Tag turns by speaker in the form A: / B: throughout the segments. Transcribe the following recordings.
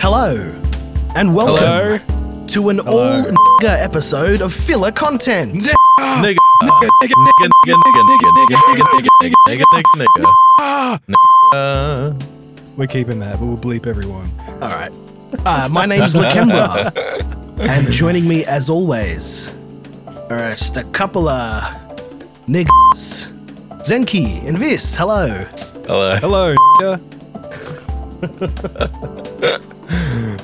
A: Hello, and welcome to an all nigger episode of Filler Content.
B: Uh.
C: Nigga, nigga, nigga, nigga, nigga, nigga, nigga, nigga, nigga, nigga, nigga, nigga. Uh,
B: We're keeping that, but we'll bleep everyone.
A: All right. Uh, my name's Lakembra, and joining me as always are just a couple of niggas. Zenki and Vis, hello.
C: Hello,
B: Hello, yeah. Oh.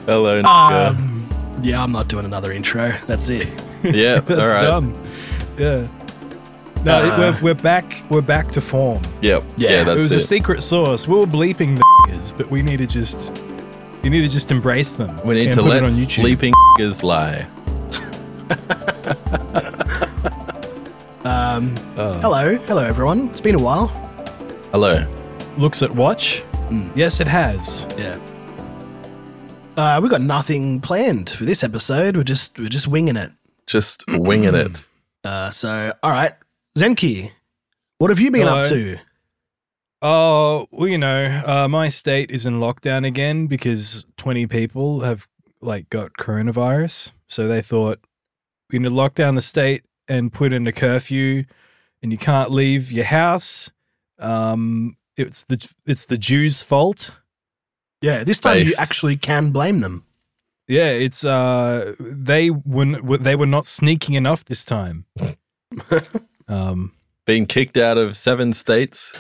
C: hello, nigga.
A: Um, yeah, I'm not doing another intro. That's it.
C: Yeah, all
B: That's
C: right.
B: dumb. Yeah. No,
A: Uh,
B: we're, we're back. We're back to form.
C: Yep.
A: Yeah,
C: Yeah,
B: it was
C: that's
B: a
C: it.
B: secret source. We were bleeping the but we need to just, you need to just embrace them.
C: We need
B: and
C: to
B: put it on
C: let
B: YouTube.
C: sleeping niggas lie.
A: Um,
B: Uh,
A: hello, hello everyone. It's been a while.
C: Hello.
B: Looks at watch.
C: Hmm.
B: Yes, it has.
A: Yeah. Uh, we got nothing planned for this episode. We're just we're just winging it.
C: Just winging it.
A: Uh, so, all right, Zenki, what have you been up
B: Hello.
A: to?
B: Oh, well, you know, uh, my state is in lockdown again because 20 people have like got coronavirus. So they thought we need to lock down the state and put in a curfew and you can't leave your house. Um, it's the it's the Jews' fault.
A: Yeah, this time you
C: Based.
A: actually can blame them.
B: Yeah, it's uh they were they were not sneaky enough this time. um
C: Being kicked out of seven states.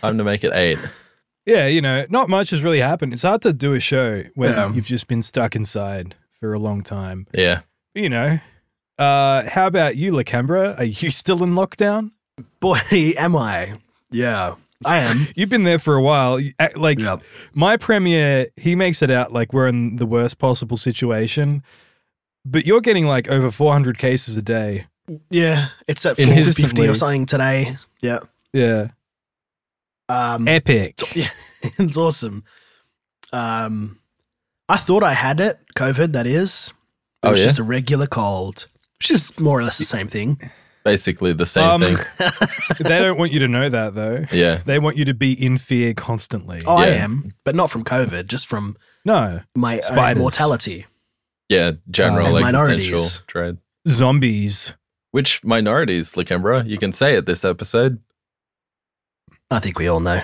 C: Time to make it eight.
B: Yeah, you know, not much has really happened. It's hard to do a show when
A: Yeah.
B: you've just been stuck inside for a long time.
C: Yeah.
B: But, you know, uh, how about you, Lacambra? Are you still in lockdown?
A: Boy, am I. Yeah, I am.
B: You've been there for a while. You act Like
A: Yep.
B: my premier, he makes it out like we're in the worst possible situation, but you're getting like over 400 cases a day.
A: Yeah, it's at
B: In his
A: 450 or
B: way.
A: something today. Yeah.
B: Yeah,
A: Um,
B: epic.
A: it's awesome. Um, I thought I had it, COVID, that is. It
C: Oh,
A: was
C: yeah?
A: just a regular cold, which is more or less the same thing.
C: Basically the same
B: Um,
C: thing.
B: they don't want you to know that though.
C: Yeah.
B: They want you to be in fear constantly.
A: Oh, I
C: Yeah.
A: am, but not from COVID, just from
B: No,
A: my own
B: Spiders.
A: mortality.
C: Yeah. General
A: And
C: existential
A: minorities.
C: dread.
B: zombies.
C: Which minorities, Lakembra? You can say it this episode.
A: I think we all know.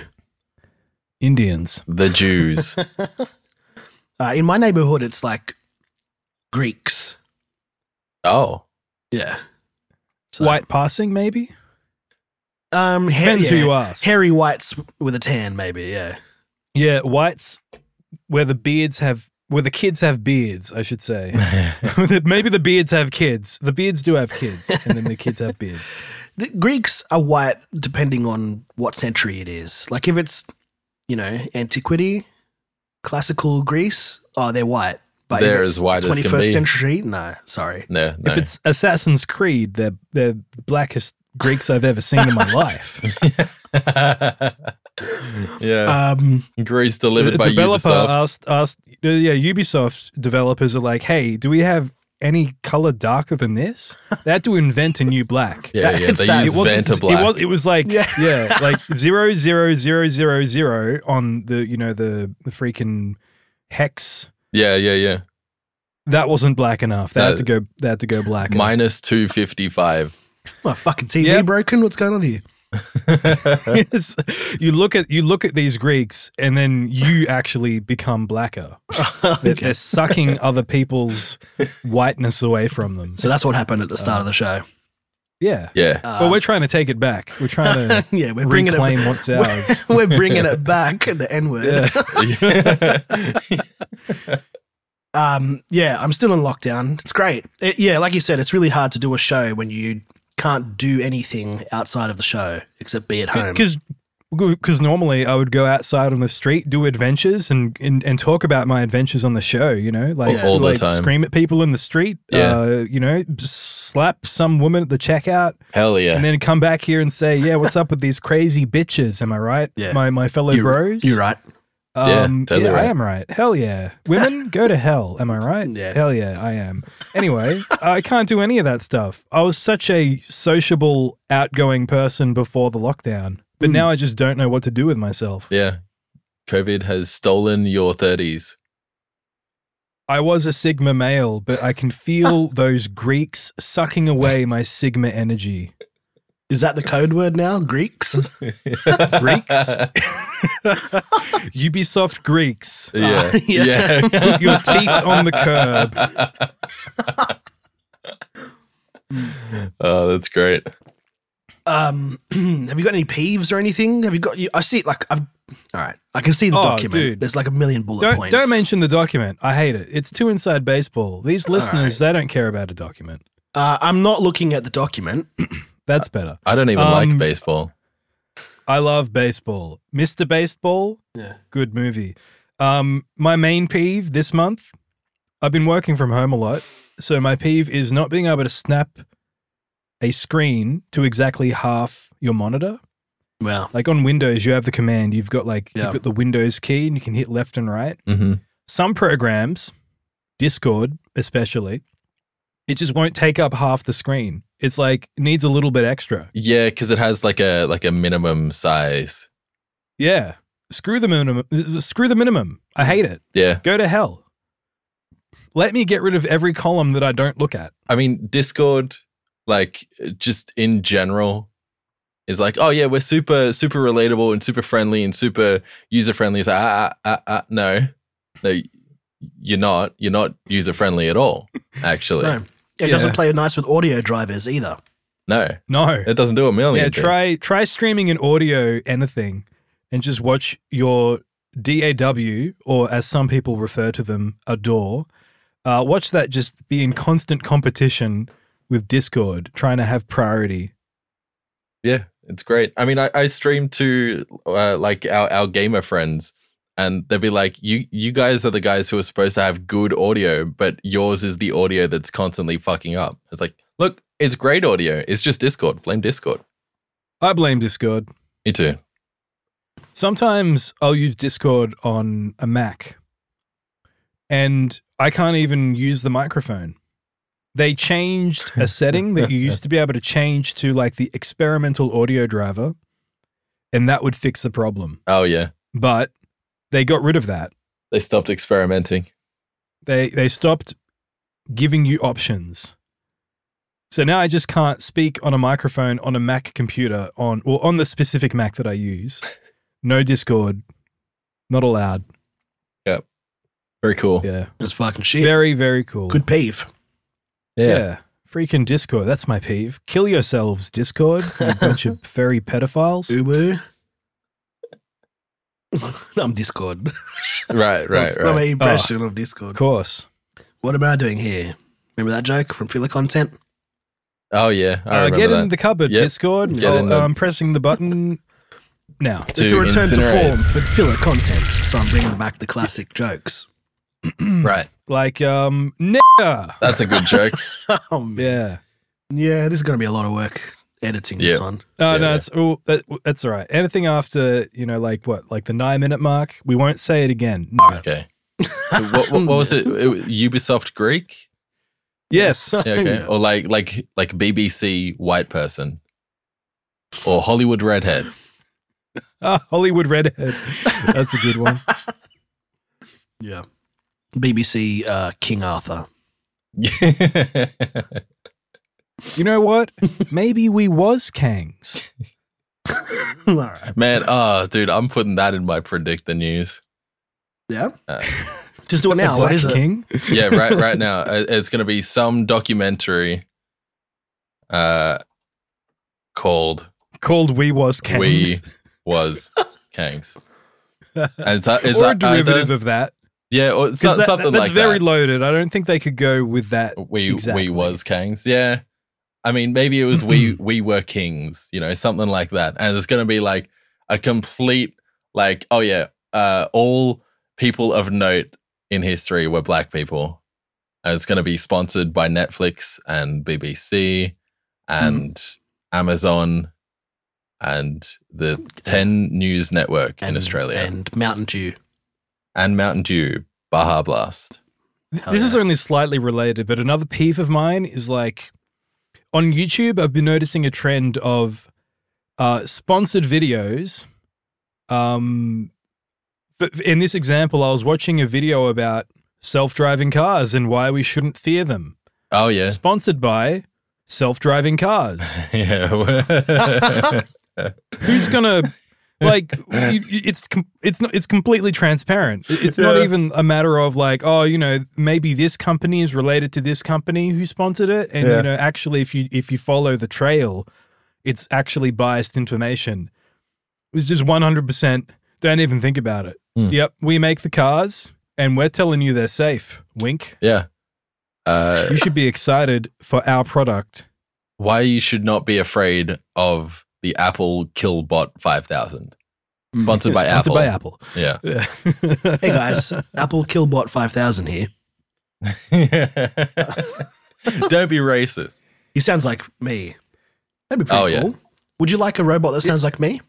B: Indians.
C: The Jews.
A: Uh, in my neighborhood, it's like Greeks.
C: oh.
A: Yeah. So,
B: White passing, maybe?
A: Um, hair-
B: Depends
A: yeah.
B: who you ask.
A: Hairy whites with a tan, maybe. Yeah.
B: yeah, whites where the beards have where the kids have beards, I should say. maybe the beards have kids. The beards do have kids, and then the kids have beards.
A: The Greeks are white depending on what century it is. Like if it's, you know, antiquity, classical Greece, oh, they're white. But
C: They're
A: if
C: as white as can
A: 21st
C: be.
A: century, no, sorry.
C: no, no.
B: If it's Assassin's Creed, they're they're the blackest Greeks I've ever seen in my life.
C: yeah.
A: Um,
C: Greece delivered
B: Uh, the
C: by
B: developer
C: Ubisoft.
B: asked asked uh, yeah, Ubisoft developers are like, "Hey, do we have any color darker than this?" They had to invent a new black.
C: yeah, yeah.
A: it's
C: They
A: that.
C: use
B: it wasn't.
C: Vanta
B: It
C: Black.
B: was. It was like
A: Yeah.
B: yeah, like zero zero zero zero zero on the you know the the freaking hex.
C: yeah, yeah, yeah.
B: That wasn't black enough. They
C: No.
B: had to go. They had to go black.
C: Minus 255.
A: my fucking TV
B: Yep.
A: broken. What's going on here?
B: Yes. you look at you look at these Greeks, and then you actually become blacker. That
A: okay.
B: They're sucking other people's whiteness away from them.
A: So that's what happened at the start of the show.
B: Yeah.
C: yeah.
B: well,
A: Um,
B: we're trying to take it back. We're trying to
A: yeah, we're bringing it.
B: reclaim what's ours.
A: We're bringing it back. The N word.
B: Yeah.
A: um yeah i'm still in lockdown it's great It- yeah like you said it's really hard to do a show when you can't do anything outside of the show except be at home
B: because because normally I would go outside on the street, do adventures, and, and and talk about my adventures on the show. You know, like
A: All- all
C: the
B: like
C: time.
B: scream at people in the street.
C: Yeah.
B: Uh, you know, just slap some woman at the checkout,
C: Hell yeah.
B: and then come back here and say, "Yeah, what's up with these crazy bitches?" Am I right?
A: Yeah.
B: My my fellow
A: You're-
B: bros.
A: you're right
C: Yeah,
B: Um,
C: totally
B: yeah,
C: right.
B: I am right. Hell yeah. Women, go to hell. Am I right?
A: Yeah.
B: Hell yeah, I am. Anyway, I can't do any of that stuff. I was such a sociable, outgoing person before the lockdown, but
A: Mm.
B: now I just don't know what to do with myself.
C: yeah. COVID has stolen your 30s.
B: I was a Sigma male, but I can feel those Greeks sucking away my Sigma energy.
A: Is that the code word now? Greeks?
B: Hmm. Greeks? Ubisoft Greeks.
C: Yeah.
A: Ah, yeah.
C: yeah.
B: Put your teeth on the curb.
C: Oh, that's great.
A: Um, have you got any peeves or anything? Have you got? You, I see. Like I've. All right, I can see the
B: Oh,
A: document.
B: dude.
A: There's like a million bullet
B: Don't,
A: points.
B: don't mention the document. I hate it. It's too inside baseball. These
A: All
B: listeners, they don't care about a document.
A: Uh, I'm not looking at the document. Uh,
B: That's better.
C: I don't even like
B: Um,
C: baseball.
B: I love baseball. Mr. Baseball,
A: Yeah.
B: good movie. Um, my main peeve this month, I've been working from home a lot. So my peeve is not being able to snap a screen to exactly half your monitor.
A: Well,
B: Like on Windows, you have the command. You've got like
A: Yeah.
B: you've got the Windows key and you can hit left and right.
C: hmm
B: some programs, Discord especially, it just won't take up half the screen. It's like needs a little bit extra.
C: Yeah, because it has like a like a minimum size.
B: Yeah. Screw the minimum. Screw the minimum. I hate it.
C: Yeah.
B: Go to hell. Let me get rid of every column that I don't look at.
C: I mean, Discord, like just in general, is like, oh yeah, we're super super relatable and super friendly and super user friendly. It's like, ah, ah, ah, ah, no, no, you're not. You're not user friendly at all. Actually,
A: no,
C: no.
A: it doesn't
B: Yeah.
A: play nice with audio drivers either.
B: No.
C: it doesn't do a million.
B: Yeah,
C: things.
B: try try streaming an audio anything and just watch your DAW or as some people refer to them, a door. Uh, watch that just be in constant competition with Discord, trying to have priority.
C: Yeah, it's great. I mean, I, I stream to uh, like our, our gamer friends, and they'd be like, "You you guys are the guys who are supposed to have good audio, but yours is the audio that's constantly fucking up." It's like, look, it's great audio. It's just Discord. Blame Discord.
B: I blame Discord.
C: Me too.
B: Sometimes I'll use Discord on a Mac and I can't even use the microphone. They changed a setting that you used to be able to change to like the experimental audio driver, and that would fix the problem.
C: Oh yeah,
B: But they got rid of that.
C: they stopped experimenting.
B: They they stopped giving you options. So now I just can't speak on a microphone on a Mac computer on or on the specific Mac that I use. No Discord. Not allowed.
C: Very cool. Yeah,
B: Yeah.
A: It's fucking shit.
B: Very, very cool.
A: Good peeve.
B: yeah. Freaking Discord. That's my peeve. Kill yourselves, Discord. You bunch of fairy pedophiles.
A: Ubu. I'm Discord.
C: right, right,
A: That's my
C: right. Oh.
A: impression of
B: Of
A: Discord.
B: course.
A: What am I doing here? Remember that joke from filler content?
C: Oh yeah, I
B: Uh,
C: remember
B: get
C: that.
B: in the cupboard,
C: Yep.
B: Discord.
C: Get in
B: Oh,
C: the-
B: I'm pressing the button now.
C: To
A: it's a return
C: incinerate.
A: to form for filler content. So I'm bringing back the classic jokes.
C: right,
B: Like, um, nigga.
C: that's a good joke.
A: Oh man.
B: Yeah. Uh,
A: Yeah, this is going to be a lot of work editing this
C: Yeah.
A: one.
B: No,
C: Yeah,
B: no,
C: yeah.
B: it's all that, that's all right. Anything after you know, like what, like the nine minute mark, we won't say it again. No.
C: Okay. what, what, what was it? It- Ubisoft Greek.
B: Yes,
C: Yeah, okay.
A: Yeah.
C: Or like like like BBC white person. Or Hollywood redhead.
B: Ah, Hollywood redhead. That's a good one.
A: Yeah. BBC uh, King Arthur.
B: You know what? Maybe we was Kangs.
A: All right.
C: Man, oh dude, I'm putting that in my predict the news.
A: Yeah.
C: Uh,
A: Just do it now.
B: Black
A: What is it?
B: King.
C: Yeah, right right now. uh, It's gonna be some documentary uh called
B: Called we was Kangs.
C: We Was Kangs. And it's, uh, it's
B: or a
C: either-
B: derivative of that.
C: yeah, or so,
B: 'Cause that-
C: something
B: that's
C: like
B: very
C: that. Oh,
B: loaded. I don't think they could go with that.
C: we
B: Exactly.
C: we was kings yeah i mean maybe it was we we were kings you know something like that and it's going to be like a complete like oh yeah uh all people of note in history were black people and it's going to be sponsored by netflix and bbc
B: Mm-hmm.
C: and amazon and the 10 news network in
A: And-
C: australia and,
A: And Mountain Dew.
C: mountain dew baja blast
A: Hell
B: this is
A: yeah.
B: only slightly related, but another peeve of mine is like on YouTube, I've been noticing a trend of uh, sponsored videos. Um, but in this example, I was watching a video about self driving cars and why we shouldn't fear them.
C: Oh yeah,
B: Sponsored by self driving cars.
C: yeah.
B: Who's gonna like? You, you- it's com- it's not it's completely transparent. It- It's not
C: Yeah.
B: even a matter of like, oh, you know, maybe this company is related to this company who sponsored it, and
C: Yeah.
B: you know, actually, if you if you follow the trail, it's actually biased information. It's just one hundred percent. Don't even think about it.
C: Hmm.
B: Yep, we make the cars, and we're telling you they're safe. Wink.
C: yeah. Uh,
B: You should be excited for our product.
C: why you should not be afraid of the Apple Killbot 5000. Sponsored, by, Apple.
B: Sponsored by Apple.
C: Yeah.
B: Yeah.
A: Hey guys, Apple Killbot 5000 here.
C: Don't be racist.
A: He sounds like me. That'd be pretty
C: Oh, yeah.
A: cool. Would you like a robot that sounds like me?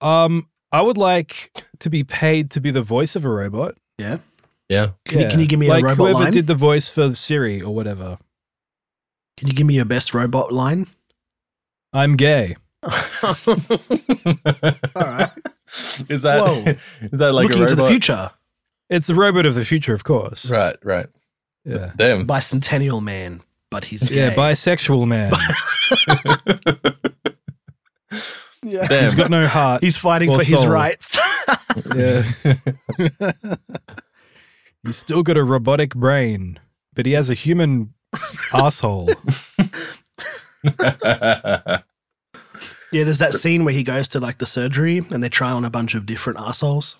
B: Um, I would like to be paid to be the voice of a robot.
C: Yeah.
A: Can, you,
B: Yeah.
A: can you give me
B: like
A: a robot
B: whoever
A: line?
B: did the voice for Siri or whatever?
A: Can you give me your best robot line?
B: I'm gay.
A: All right.
C: Is that
A: Whoa.
C: is that like
A: Looking
C: a
A: into
C: robot?
A: the future,
B: It's the robot of the future, of course.
C: Right, right.
B: Yeah.
C: Damn.
A: bicentennial man, but he's gay.
B: Yeah, bisexual man.
A: Yeah.
C: Damn.
B: He's got no heart.
A: He's fighting
B: Or
A: for his
B: soul.
A: rights.
B: yeah. He's still got a robotic brain, but he has a human asshole.
A: yeah, there's that scene where he goes to like the surgery and they try on a bunch of different assholes.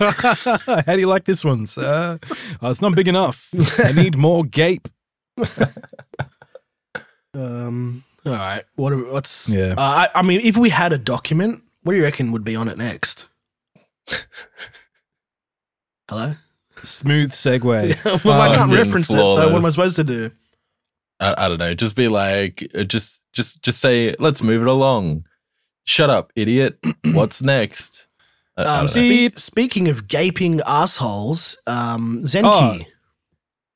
B: How do you like this one, sir? Oh, it's not big enough. I need more gape.
A: Um, all right. What? Are, what's?
B: Yeah.
A: Uh, I, I mean, if we had a document, what do you reckon would be on it next? Hello.
B: Smooth segue.
A: well, I can't
C: Fucking
A: reference it, so what am I
C: flawless.
A: supposed to do?
C: I, I don't know. Just be like uh, just just just say let's move it along. Shut up, idiot. What's next? Uh, I- I
A: Um,
C: don't know.
A: spe-
B: Beep.
A: speaking of gaping assholes, um, Zenki.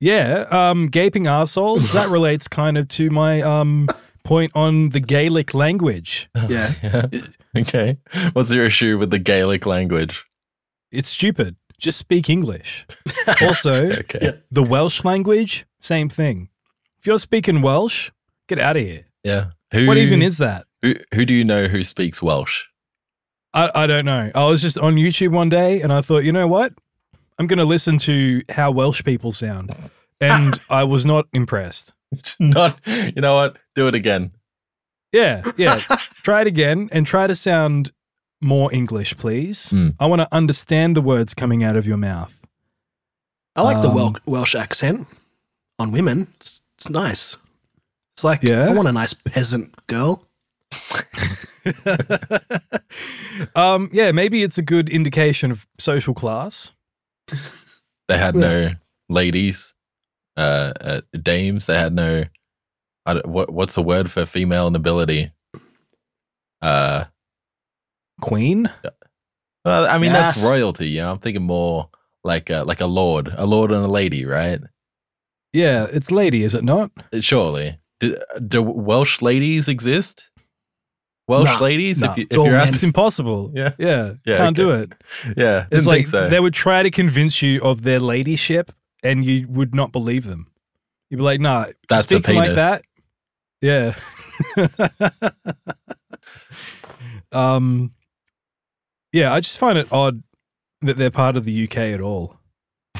B: Yeah, um, gaping assholes. that relates kind of to my um point on the Gaelic language.
A: Yeah.
C: Yeah. Okay. What's your issue with the Gaelic language?
B: It's stupid. Just speak English. also,
C: Okay.
A: Yeah.
B: the Welsh language, same thing. If you're speaking Welsh, get out of here.
C: Yeah. Who,
B: What even is that?
C: who, who do you know who speaks Welsh?
B: I, I don't know. I was just on YouTube one day and I thought, you know what? I'm going to listen to how Welsh people sound. And I was not impressed.
C: Not you know what? Do it again.
B: Yeah, yeah. try it again and try to sound more English, please.
C: Hmm.
B: I want to understand the words coming out of your mouth.
A: I like the
B: Um,
A: Wel- Welsh accent on women. It's, it's nice. It's like
B: Yeah?
A: I want a nice peasant girl.
B: um, yeah, maybe it's a good indication of social class.
C: They had no ladies, uh, uh dames. They had no. I don't, what what's the word for female nobility? Uh,
B: Queen?
C: well, I mean that's
A: Yes.
C: royalty. You know, I'm thinking more like a, like a lord, a lord and a lady, right?
B: Yeah, it's lady, is it not?
C: Surely, do, do Welsh ladies exist? Welsh
A: Nah,
C: ladies,
A: nah,
C: if, you, if
A: it's all
C: you're
A: men.
C: out,
B: It's impossible.
C: Yeah.
B: Yeah.
C: Yeah,
B: can't
C: okay.
B: do it.
C: yeah,
B: It's
C: didn't
B: like
C: think so.
B: they would try to convince you of their ladyship and you would not believe them. You'd be like, nah,
C: That's a
B: speaking like
C: penis.
B: that. Yeah. um Yeah, I just find it odd that they're part of the UK at all.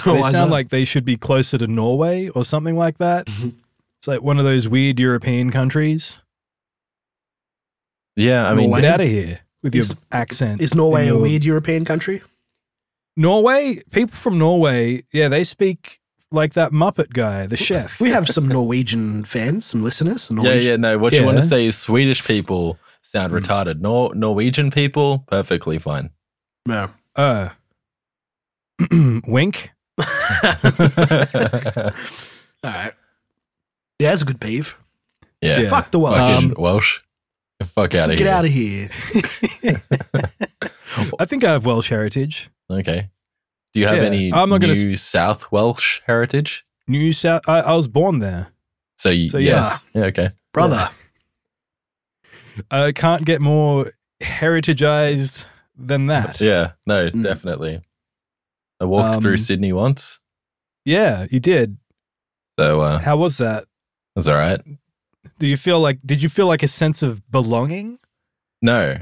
B: They
A: Why is
B: sound
A: that?
B: like they should be closer to Norway or something like that.
A: Mhm.
B: it's like one of those weird European countries.
C: yeah, I mean,
A: Norway.
B: Get out of here with your
A: Is-
B: accent.
A: is Norway
B: and
A: a
B: your-
A: weird European country?
B: Norway, people from Norway, yeah, they speak like that Muppet guy, the chef.
A: We have some Norwegian fans, some listeners. Some
C: yeah,
A: Norwegian.
C: yeah, no. What you want to
B: Yeah.
C: say is Swedish people sound
A: Mm.
C: retarded. Nor Norwegian people, perfectly fine.
A: No.
B: Uh, wink.
C: yeah.
A: All right. Yeah, that's a good peeve.
B: Yeah.
A: Fuck the Welsh.
C: Fucking Welsh. Fuck out of
A: Get
C: here.
A: out of here.
B: I think I have Welsh heritage.
C: okay. Do you have
B: Yeah.
C: any
B: I'm not
C: new
B: gonna
C: South Welsh heritage?
B: New South. I, I was born there.
C: So, you,
B: So,
C: yes. Yeah. okay.
A: Brother.
B: I can't get more heritageized than that.
C: Yeah. No,
A: Mm.
C: definitely. I walked
B: Um,
C: through Sydney once
B: Yeah, you did.
C: So uh,
B: How was that?
C: that's all right.
B: Do you feel like? Did you feel like a sense of belonging?
C: No,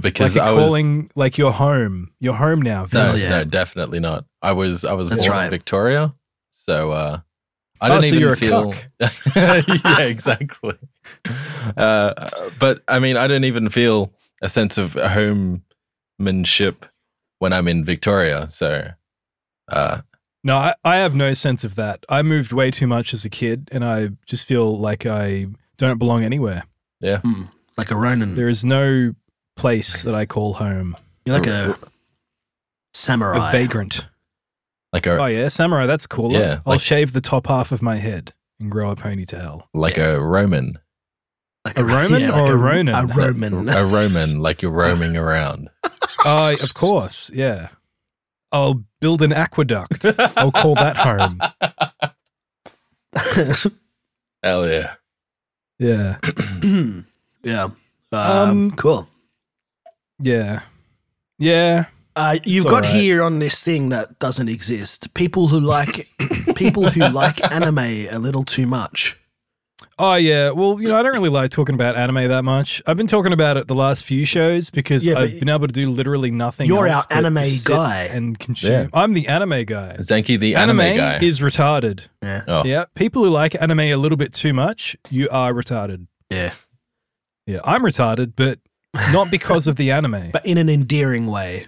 C: because
B: like
C: I
B: a
C: was
B: calling, like your home, your home now.
C: no,
A: Hell
B: Vince.
A: yeah.
C: no, definitely not. I was I was
A: That's
C: born
A: right.
C: in Victoria, so uh, I
B: Oh,
C: don't
B: so
C: even
B: you're a
C: feel. yeah, exactly. Uh, but I mean, I don't even feel a sense of homemanship when I'm in Victoria. So, uh,
B: No, I, I have no sense of that. I moved way too much as a kid, and I just feel like I don't belong anywhere.
A: Like a
C: Hmm.
A: Ronin.
B: There is no place that I call home.
A: You're like a samurai.
B: A vagrant.
C: like a
B: Oh yeah, samurai. That's cooler.
C: Yeah,
B: I'll
C: like-
B: shave the top half of my head and grow a ponytail.
C: like a Roman,
A: like
B: a Roman
A: yeah, like
B: or a
A: a
B: Ronin?
A: A Roman.
C: a Roman, like you're roaming around.
B: Uh, of course, yeah. I'll build an aqueduct. I'll call that home.
C: Hell yeah!
B: Yeah,
A: yeah. Um,
B: Um,
A: cool.
B: yeah, yeah.
A: Uh, you've
B: all
A: got
B: right.
A: here on this thing that doesn't exist. People who like people who like anime a little too much.
B: Oh yeah. Well, you know, I don't really like talking about anime that much. I've been talking about it the last few shows because
A: Yeah, but
B: I've been able to do literally nothing.
A: You're
B: else
A: our
B: but
A: anime
B: sit
A: guy.
B: and consume. I'm the anime guy.
C: Zenki, the anime, guy.
B: is retarded.
A: yeah.
C: oh,
B: Yeah, people who like anime a little bit too much, you are retarded.
A: Yeah.
B: Yeah, I'm retarded, but not because of the anime.
A: But in an endearing way.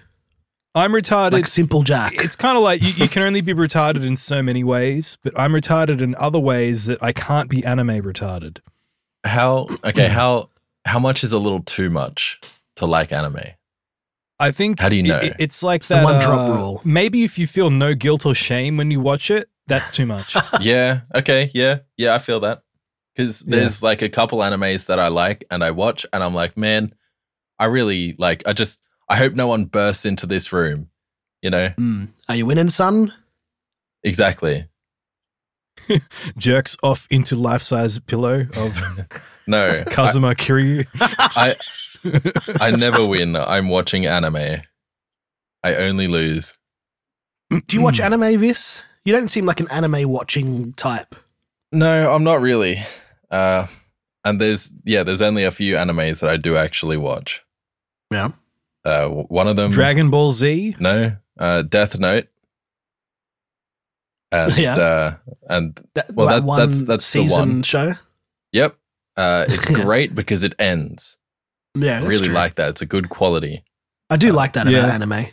B: I'm retarded.
A: Like Simple Jack.
B: it's kind of like you, you can only be retarded in so many ways, but I'm retarded in other ways that I can't be anime retarded.
C: How okay? How how much is a little too much to like anime?
B: I think.
C: How do you
B: i-
C: know?
B: i- it's like
A: It's the
B: that
A: one drop
B: uh,
A: rule.
B: Maybe if you feel no guilt or shame when you watch it, that's too much.
C: yeah. Okay. Yeah. Yeah. I feel that because there's like a couple animes that I like and I watch and I'm like, man, I really like. I just I hope no one bursts into this room. You know
A: Mm. Are you winning, son?
C: exactly.
B: Jerks off into life-size pillow of
C: No, I,
B: Kazuma Kiryu.
C: I never win. I'm watching anime. I only lose.
A: Do you watch anime, Vis? You don't seem like an anime watching type.
C: No, I'm not really. Uh, and there's yeah, there's only a few animes that I do actually watch.
A: Yeah.
C: Uh, w- one of them.
B: Dragon Ball Z?
C: No, uh, Death Note. And
A: Yeah.
C: uh, and
A: That,
C: Well,
A: that
C: that-
A: one
C: that's- that's the
A: season
C: one.
A: show.
C: yep, uh, it's
A: Yeah.
C: great because it ends.
A: Yeah,
C: I
A: that's
C: really
A: true.
C: like that. It's a good quality.
A: I do
C: uh,
A: like that
B: yeah.
A: about anime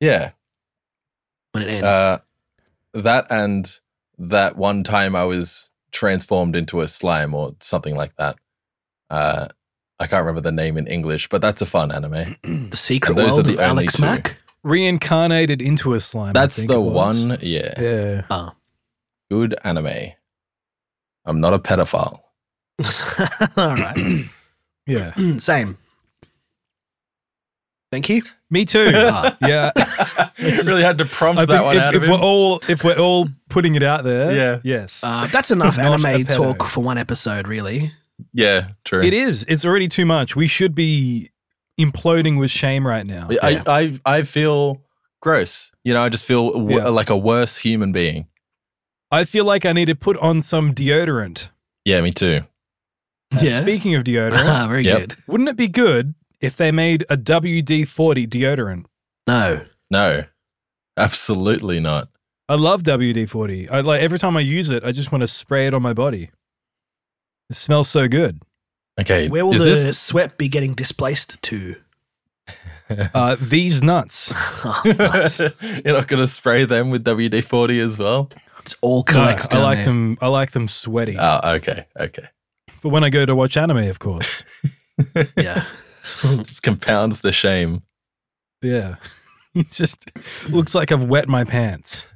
C: Yeah.
A: when it ends.
C: Uh, that and that one time I was transformed into a slime or something like that. Uh, I can't remember the name in English, but that's a fun anime.
A: the Secret
C: and those
A: World
C: are the
A: of
C: only
A: Alex
C: two.
A: Mack.
B: Reincarnated into a slime. I
C: That's
B: think
C: the
B: it was.
C: one. Yeah,
B: Yeah.
A: Oh.
C: good anime. I'm not a pedophile.
A: All right.
B: Yeah.
A: Same. Thank you.
B: Me too.
A: Ah,
B: yeah.
C: really had to prompt
B: I
C: that
B: think
C: one
B: if,
C: out
B: if
C: of
B: we're
C: him.
B: all if we're all putting it out there,
C: Yeah.
B: yes,
A: uh, that's enough
B: Not a
A: anime
B: pedo.
A: talk for one episode, really.
C: Yeah, true.
B: it is. It's already too much. We should be imploding with shame right now.
A: Yeah.
C: I, I I feel gross. You know, I just feel w-
B: Yeah.
C: like a worse human being.
B: I feel like I need to put on some deodorant.
C: Yeah, me too.
B: Uh, Speaking of deodorant,
A: Ah, very
C: Yep.
A: good.
B: wouldn't it be good if they made a WD forty deodorant?
A: No.
C: No, absolutely not.
B: I love WD forty. I like every time I use it, I just want to spray it on my body. It smells so good.
C: Okay,
A: Where will
C: is
A: the
C: this?
A: sweat be getting displaced to?
B: Uh, these nuts.
A: Oh, Nice.
C: You're not gonna spray them with WD forty as well?
A: It's all
B: No,
A: collects
B: I
A: down
B: like
A: there.
B: them. I like them sweaty.
C: Oh, okay, okay.
B: For when I go to watch anime, of course.
A: Yeah.
C: This compounds the shame.
B: yeah. It just looks like I've wet my pants.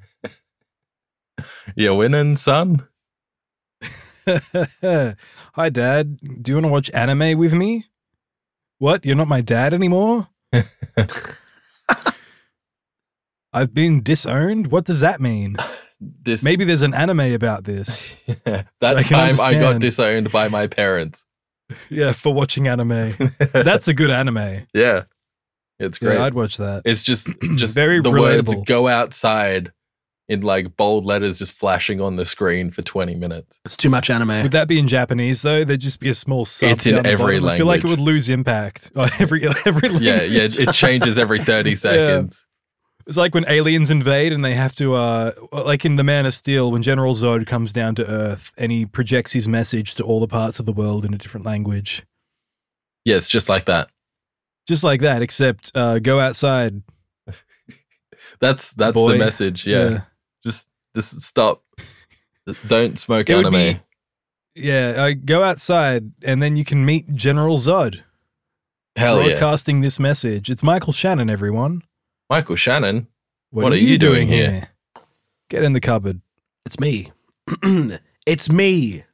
C: You're winning, son.
B: Hi, Dad. Do you want to watch anime with me? What? You're not my dad anymore? I've been disowned? What does that mean?
C: This
B: Maybe there's an anime about this.
C: that
B: I can
C: time I got
B: understand.
C: disowned by my parents.
B: Yeah, for watching anime. That's a good anime.
C: yeah, it's great.
B: Yeah, I'd watch that.
C: It's just just
B: Very
C: the words
B: relatable.
C: go outside in like bold letters just flashing on the screen for 20 minutes.
A: It's too much anime.
B: Would that be in Japanese though? There'd just be a small sub.
C: It's in
B: down the
C: every
B: bottom. I feel like it would
C: language.
B: lose impact. Oh, every every language.
C: Yeah, yeah, it changes every 30 seconds.
B: It's like when aliens invade and they have to, uh, like in The Man of Steel, when General Zod comes down to Earth and he projects his message to all the parts of the world in a different language,
C: Yeah, it's just like that.
B: just like that. Except uh, go outside.
C: That's that's
B: Boy.
C: the message. Yeah. Just just stop. Don't smoke
B: It would
C: anime.
B: be- yeah. Uh, go outside and then you can meet General Zod
C: Hell yeah.
B: broadcasting this message. It's Michael Shannon, everyone.
C: Michael Shannon. What are you doing here?
B: Get in the cupboard.
A: It's me. it's me,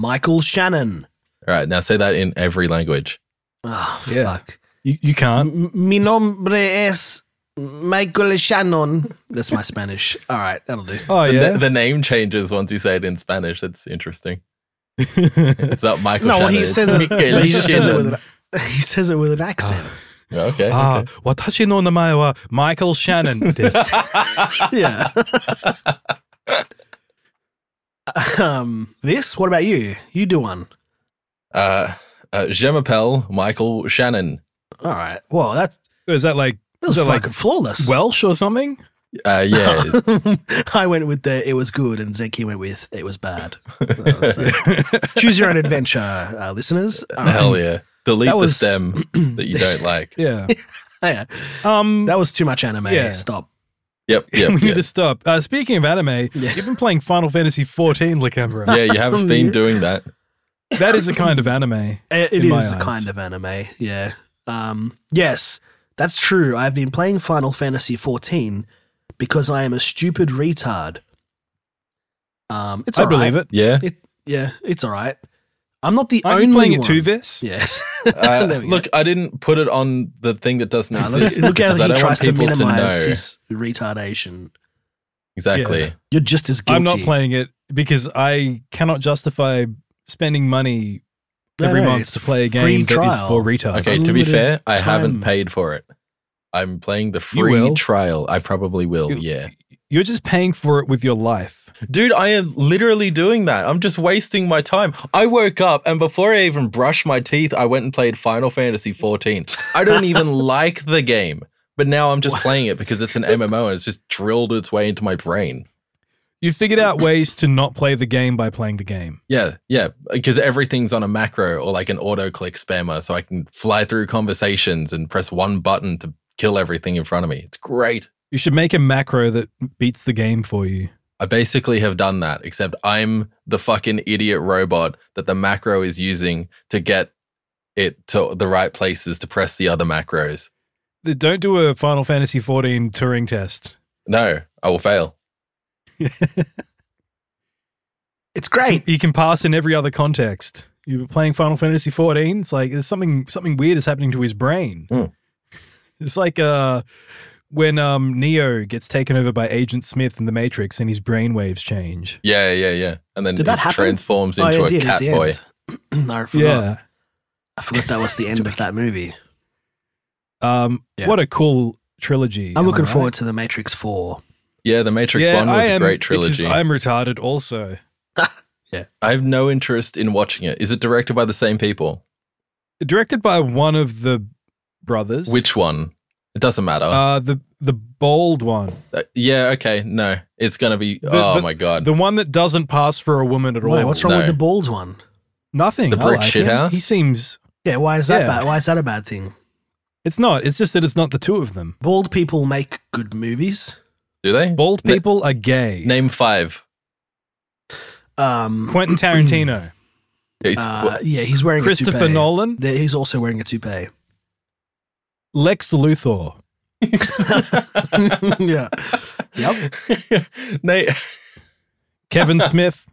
A: Michael Shannon.
C: All right, now say that in every language.
A: Oh,
B: Yeah.
A: fuck.
B: You you can't.
A: M- Mi nombre es Michael Shannon. That's my Spanish. All right, that'll do.
B: Oh
C: The,
B: yeah.
C: the name changes once you say it in Spanish. That's interesting. It's not Michael
A: No, well,
C: Shannon.
A: he
C: it's
A: says it.
C: Michael
A: He just says it
C: Shannon.
A: with an. He says it with an accent.
C: Okay.
B: Ah,
C: okay.
B: watashi no namae wa Michael Shannon. desu.
A: yeah. um, this. What about you? You do one.
C: Uh, uh, Je m'appelle Michael Shannon.
A: All right. Well, that's
B: Is that like
A: that was
B: So, like,
A: fucking flawless.
B: Welsh or something?
C: Uh, yeah.
A: I went with the it was good, and Zeki went with it was bad. Uh, so choose your own adventure, uh, listeners. Um, All right.
C: Hell yeah. Delete
A: That
C: the
A: was-
C: stem that you don't like.
B: yeah.
A: Yeah,
B: Um,
A: that was too much anime.
B: Yeah.
A: Stop.
C: Yep.
B: we
C: Yep.
B: need
C: yep.
B: to stop. Uh, speaking of anime,
A: Yeah.
B: you've been playing Final Fantasy XIV, Lacambra.
C: Yeah, you have been doing that.
B: That is a kind of anime.
A: It, it
B: in my
A: is a
B: eyes.
A: kind of anime, yeah. Um, yes, that's true. I've been playing Final Fantasy XIV because I am a stupid retard. Um, it's
B: I believe it.
C: Yeah.
A: Yeah, it's all right. I'm not the
B: Aren't
A: only
B: you playing
A: one.
B: it too, Vis?
A: Yeah.
C: Uh,
A: There we go.
C: look, I didn't put it on the thing that doesn't
A: Nah, look,
C: exist.
A: look how
C: because I
A: he
C: don't
A: tries
C: want
A: to
C: people to,
A: minimize
C: know.
A: his retardation.
C: Exactly.
B: Yeah.
A: You're just as guilty.
B: I'm not playing it because I cannot justify spending money
A: No,
B: every
A: no,
B: month
A: it's
B: to play a
A: free
B: game that is
A: trial.
B: for retards.
C: Okay, to be
A: Unlimited
C: fair, I haven't
A: time.
C: paid for it. I'm playing the
B: You
C: free
B: will.
C: trial. I probably will,
B: You-
C: yeah.
B: You're just paying for it with your life.
C: Dude, I am literally doing that. I'm just wasting my time. I woke up and before I even brushed my teeth, I went and played Final Fantasy 14. I don't even like the game, but now I'm just playing it because it's an MMO and it's just drilled its way into my brain.
B: You figured out ways to not play the game by playing the game.
C: Yeah, yeah, because everything's on a macro or like an auto click spammer, so I can fly through conversations and press one button to kill everything in front of me. It's great.
B: You should make a macro that beats the game for you.
C: I basically have done that, except I'm the fucking idiot robot that the macro is using to get it to the right places to press the other macros.
B: Don't do a Final Fantasy XIV Turing test.
C: No, I will fail.
A: It's great.
B: you can pass in every other context. You were playing Final Fantasy XIV. It's like there's something something weird is happening to his brain.
C: Hmm.
B: It's like uh, when um, Neo gets taken over by Agent Smith in the Matrix, and his brain waves change.
C: Yeah, yeah, yeah. And then
A: Did that
C: it
A: happen?
C: transforms
A: Oh,
C: into
A: yeah,
C: a
A: it did at
C: cat
A: the
C: boy.
A: end. I forgot.
B: Yeah.
A: I forgot that was the end of that movie.
B: Um,
A: Yeah.
B: What a cool trilogy.
A: I'm
B: am I
A: looking
B: right?
A: forward to The Matrix 4.
C: Yeah, the Matrix
B: yeah,
C: One was
B: I
C: a
B: am,
C: great
B: because
C: trilogy.
B: I'm retarded also.
C: I have no interest in watching it. Is it directed by the same people?
B: Directed by one of the brothers.
C: Which one? It doesn't matter.
B: Uh, the the bold one,
C: Uh, yeah, okay, no. It's gonna be
B: The-
C: oh my god.
B: the one that doesn't pass for a woman at all.
A: Wait, what's wrong with
C: no.
A: the bald one?
B: Nothing.
C: The
B: I
C: brick
B: like
C: shit
B: him.
C: house?
B: He seems.
A: Yeah, why is that
B: Yeah.
A: bad? Why is that a bad thing?
B: It's not. It's just that it's not the two of them.
A: Bald people make good movies.
C: Do they?
B: Bald
C: Na-
B: people are gay.
C: Name five.
A: Um,
B: Quentin Tarantino,
C: It's-
A: uh, yeah, he's wearing a
B: Christopher
A: toupee.
B: Nolan,
A: There- He's also wearing a toupee.
B: Lex Luthor.
A: yeah. Yep.
C: Nate,
B: Kevin Smith.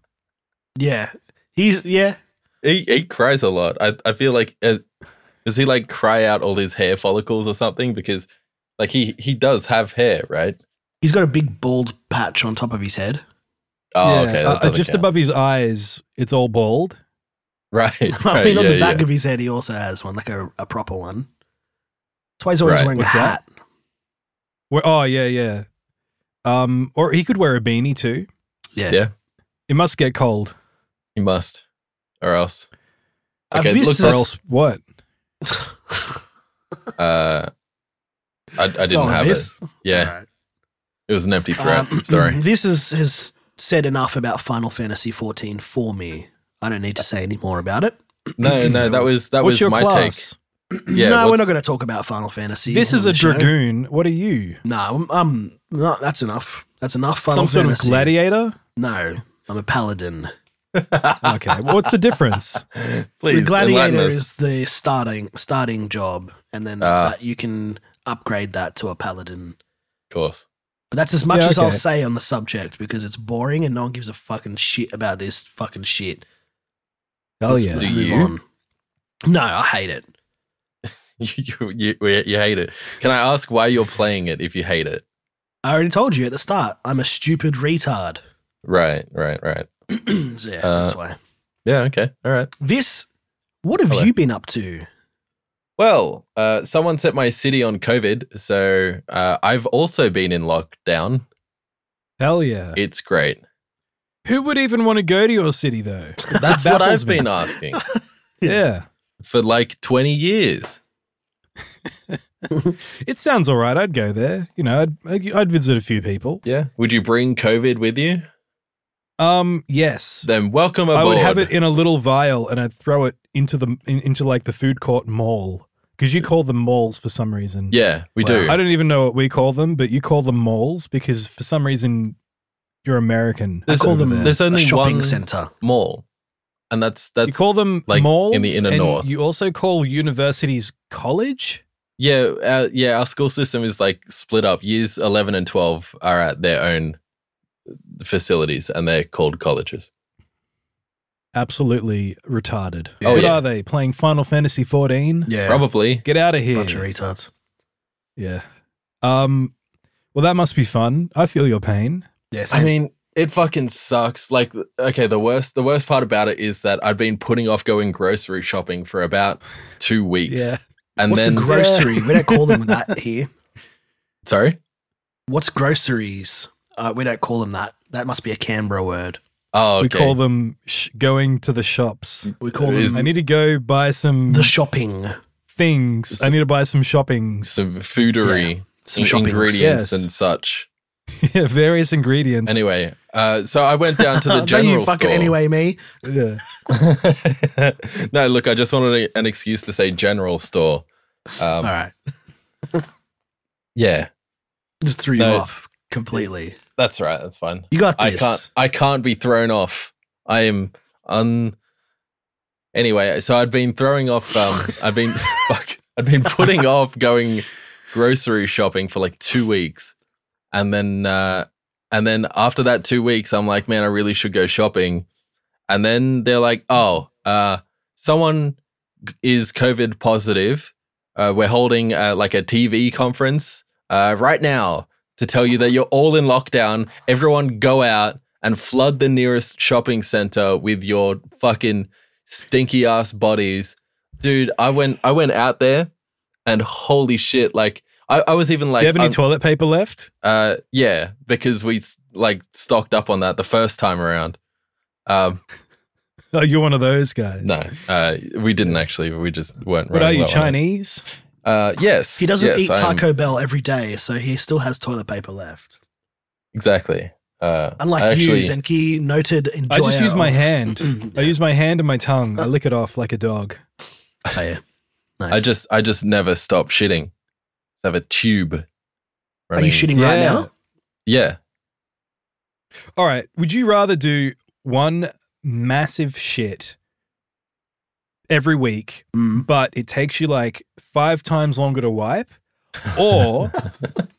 A: Yeah. He's yeah.
C: he, he cries a lot. I, I feel like uh, does he like cry out all his hair follicles or something? Because like he he does have hair, right?
A: He's got a big bald patch on top of his head.
C: Oh,
B: Yeah.
C: okay,
B: Uh,
C: that doesn't
B: just
C: count.
B: above his eyes, it's all bald.
C: right.
A: I
C: right,
A: mean, on
C: yeah,
A: the back
C: yeah.
A: of his head, he also has one, like a, a proper one. That's why he's always
C: Right.
A: wearing
B: What's
A: a
B: that?
A: hat.
B: Where, oh yeah, yeah. Um, or he could wear a beanie too.
A: Yeah.
C: Yeah.
B: It must get cold.
C: You must, or else.
A: Uh,
C: Okay,
A: this
C: look
A: is-
B: Or else what?
C: Uh, I, I didn't
A: Oh,
C: have
A: this?
C: it. Yeah,
A: Alright.
C: it was an empty trap.
A: Um,
B: mm-hmm.
C: Sorry.
A: This is, has said enough about Final Fantasy XIV for me. I don't need to say any more about it.
C: No, no,
A: so-
C: that was that
B: What's
C: was
B: your
C: my
B: class?
C: Yeah,
A: no, we're
C: what's-
A: not going to talk about Final Fantasy.
B: This
A: on
B: is a
A: the show.
B: dragoon. What are you?
A: No, I'm, I'm no, that's enough. That's enough Final
B: Some sort of
A: Fantasy.
B: gladiator?
A: no, I'm a paladin.
B: Okay. well, what's the difference?
C: take.
A: the
C: Please enlighten
A: gladiator
C: us.
A: is the starting starting job, and then
C: Ah.
A: that, you can upgrade that to a paladin.
C: Of course.
A: But that's as much
B: Yeah,
A: as I'll
B: okay.
A: say on the subject because it's boring and no one gives a fucking shit about this fucking shit.
B: Hell
A: Let's-
B: yeah.
A: let's
C: Do
A: move
C: you?
A: on. No, I hate it.
C: you, you, you, you hate it. Can I ask why you're playing it if you hate it?
A: I already told you at the start. I'm a stupid retard.
C: Right, right, right.
A: so yeah,
B: Uh,
A: that's why.
C: Yeah, okay. All right.
A: This. What have
C: hello.
A: you been up to?
C: Well, uh, someone set my city on COVID, so uh, I've also been in lockdown.
B: Hell yeah.
C: It's great.
B: Who would even want to go to your city though?
C: That's what
B: baffles
C: I've
B: me.
C: been asking
B: Yeah.
C: for like 20 years.
B: It sounds all right. I'd go there. You know, I'd- I'd, I'd visit a few people.
C: Yeah. Would you bring COVID with you?
B: Um, yes.
C: Then welcome aboard.
B: I would have it in a little vial and I'd throw it into the in, into like the food court mall because you call them malls for some reason.
C: Yeah, we do.
B: I don't even know what we call them, but you call them malls because for some reason you're American.
C: There's-
A: Call
B: over
A: them
B: there.
C: there's
A: a
C: only
A: shopping
C: one-
A: center.
C: Mall. And that's that's
B: you call them
C: like, in
B: malls
C: the inner
B: and
C: north.
B: You also call universities college.
C: Yeah, uh, yeah. Our school system is like split up. Years eleven and twelve are at their own facilities, and they're called colleges.
B: Absolutely retarded.
A: Oh,
B: what
C: yeah.
B: are they playing? Final Fantasy 14?
A: Yeah,
C: Probably.
B: Get out of here!
A: bunch of retards.
B: yeah. Um. Well, that must be fun. I feel your pain.
A: Yes,
C: I mean, it fucking sucks. Like, okay, the worst. The worst part about it is that I've been putting off going grocery shopping for about two weeks,
B: Yeah.
C: and
A: what's
C: then
A: a grocery? we don't call them that here.
C: sorry.
A: What's groceries? Uh, we don't call them that. That must be a Canberra word.
C: Oh, okay.
B: We call them sh- going to the shops.
A: We call
C: Is-
A: them
B: I need to go buy some
A: the shopping.
B: things. I need to buy some shoppings.
C: some foodery
A: Some
C: in-
A: shopping
C: ingredients
B: Yes.
C: and such.
B: Yeah, various ingredients.
C: Anyway, uh, so I went down to the general
A: Don't you fucking
C: store.
A: anyway me.
B: Yeah.
C: no, look, I just wanted a- an excuse to say general store. Um,
A: All right,
C: Yeah,
A: just threw you
C: No.
A: off completely.
C: that's right. That's fine.
A: You got
C: I
A: this.
C: can't. I can't be thrown off. I am un. Anyway, so I'd been throwing off. Um, I've been fuck. I'd been putting off going grocery shopping for like two weeks, and then uh, and then after that two weeks, I'm like, man, I really should go shopping, and then they're like, oh, uh, someone g- is COVID positive. Uh, we're holding uh, like a TV conference uh, right now to tell you that you're all in lockdown. Everyone go out and flood the nearest shopping center with your fucking stinky ass bodies. Dude, I went I went out there and holy shit, like I, I was even
B: Do
C: like um,
B: you have any
C: I'm-
B: toilet paper left?
C: uh, yeah, because we s- like stocked up on that the first time around. Um,
B: Oh, you're one of those guys.
C: no, uh, we didn't actually. We just weren't.
B: What
C: running
B: are you,
C: low on it.
B: Chinese?
C: Uh, yes,
A: He doesn't
C: yes,
A: eat
C: I am-
A: Taco Bell every day, so he still has toilet paper left.
C: Exactly. Uh,
A: Unlike
C: I actually,
A: you, Zenki, noted enjoyer.
B: I just use my
A: of- Mm,
B: hand. I
A: Yeah.
B: use my hand and my tongue. I lick it off like a dog.
A: Oh, yeah. Nice.
C: I just, I just never stop shitting. Just have a tube.
A: Are you
C: running-
A: shitting right
B: Yeah.
A: now?
C: Yeah.
B: All right. Would you rather do one massive shit every week,
A: Mm.
B: but it takes you like five times longer to wipe? Or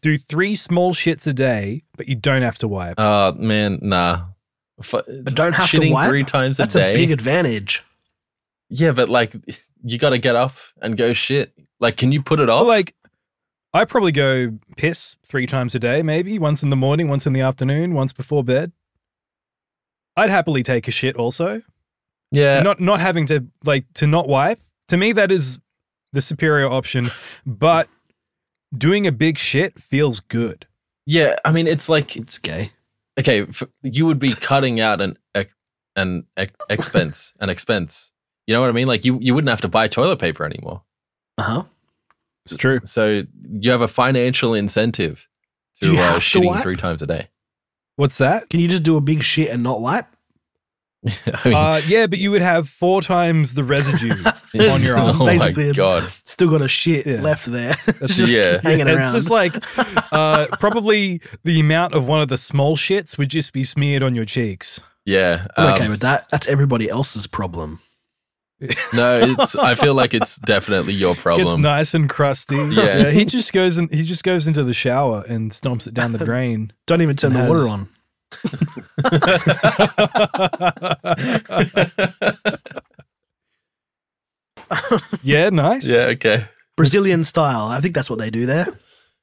B: do three small shits a day, but you don't have to wipe?
C: Uh, man, nah. F-
A: But don't have
C: shitting
A: to wipe.
C: three times
A: That's
C: a
A: a,
C: day.
A: big advantage.
C: yeah, but like, you got to get up and go shit. Like, can you put it off?
B: Well, like, I probably go piss three times a day, maybe once in the morning, once in the afternoon, once before bed. I'd happily take a shit also.
C: yeah,
B: Not not having to like to not wipe. To me, that is the superior option. But doing a big shit feels good.
C: Yeah, I mean, it's like
A: It's gay.
C: okay, f you would be cutting out an ex- an ex- expense, an expense. You know what I mean? Like you, you wouldn't have to buy toilet paper anymore.
A: Uh huh.
B: It's true.
C: So you have a financial incentive to
A: Do you
C: uh,
A: have to
C: shitting
A: wipe?
C: three times a day.
B: What's that?
A: Can you just do a big shit and not wipe?
C: I
A: Oh,
C: mean,
B: Uh, yeah, but you would have four times the residue.
A: on your arm.
C: Oh my
A: Basically,
C: god!
A: Still got a shit
B: Yeah.
A: left there.
B: That's
A: just
C: yeah.
A: hanging
B: it's
A: around.
B: just like uh, probably the amount of one of the small shits would just be smeared on your cheeks.
C: Yeah.
A: I'm
C: um,
A: okay with that. That's everybody else's problem.
C: no, it's. I feel like it's definitely your
B: Gets
C: problem.
B: nice and crusty.
C: Yeah.
B: he just goes and he just goes into the shower and stomps it down the drain.
A: Don't even turn
B: It
A: the
B: has-
A: water on.
B: yeah, nice.
C: yeah. Okay.
A: Brazilian style. I think that's what they do there.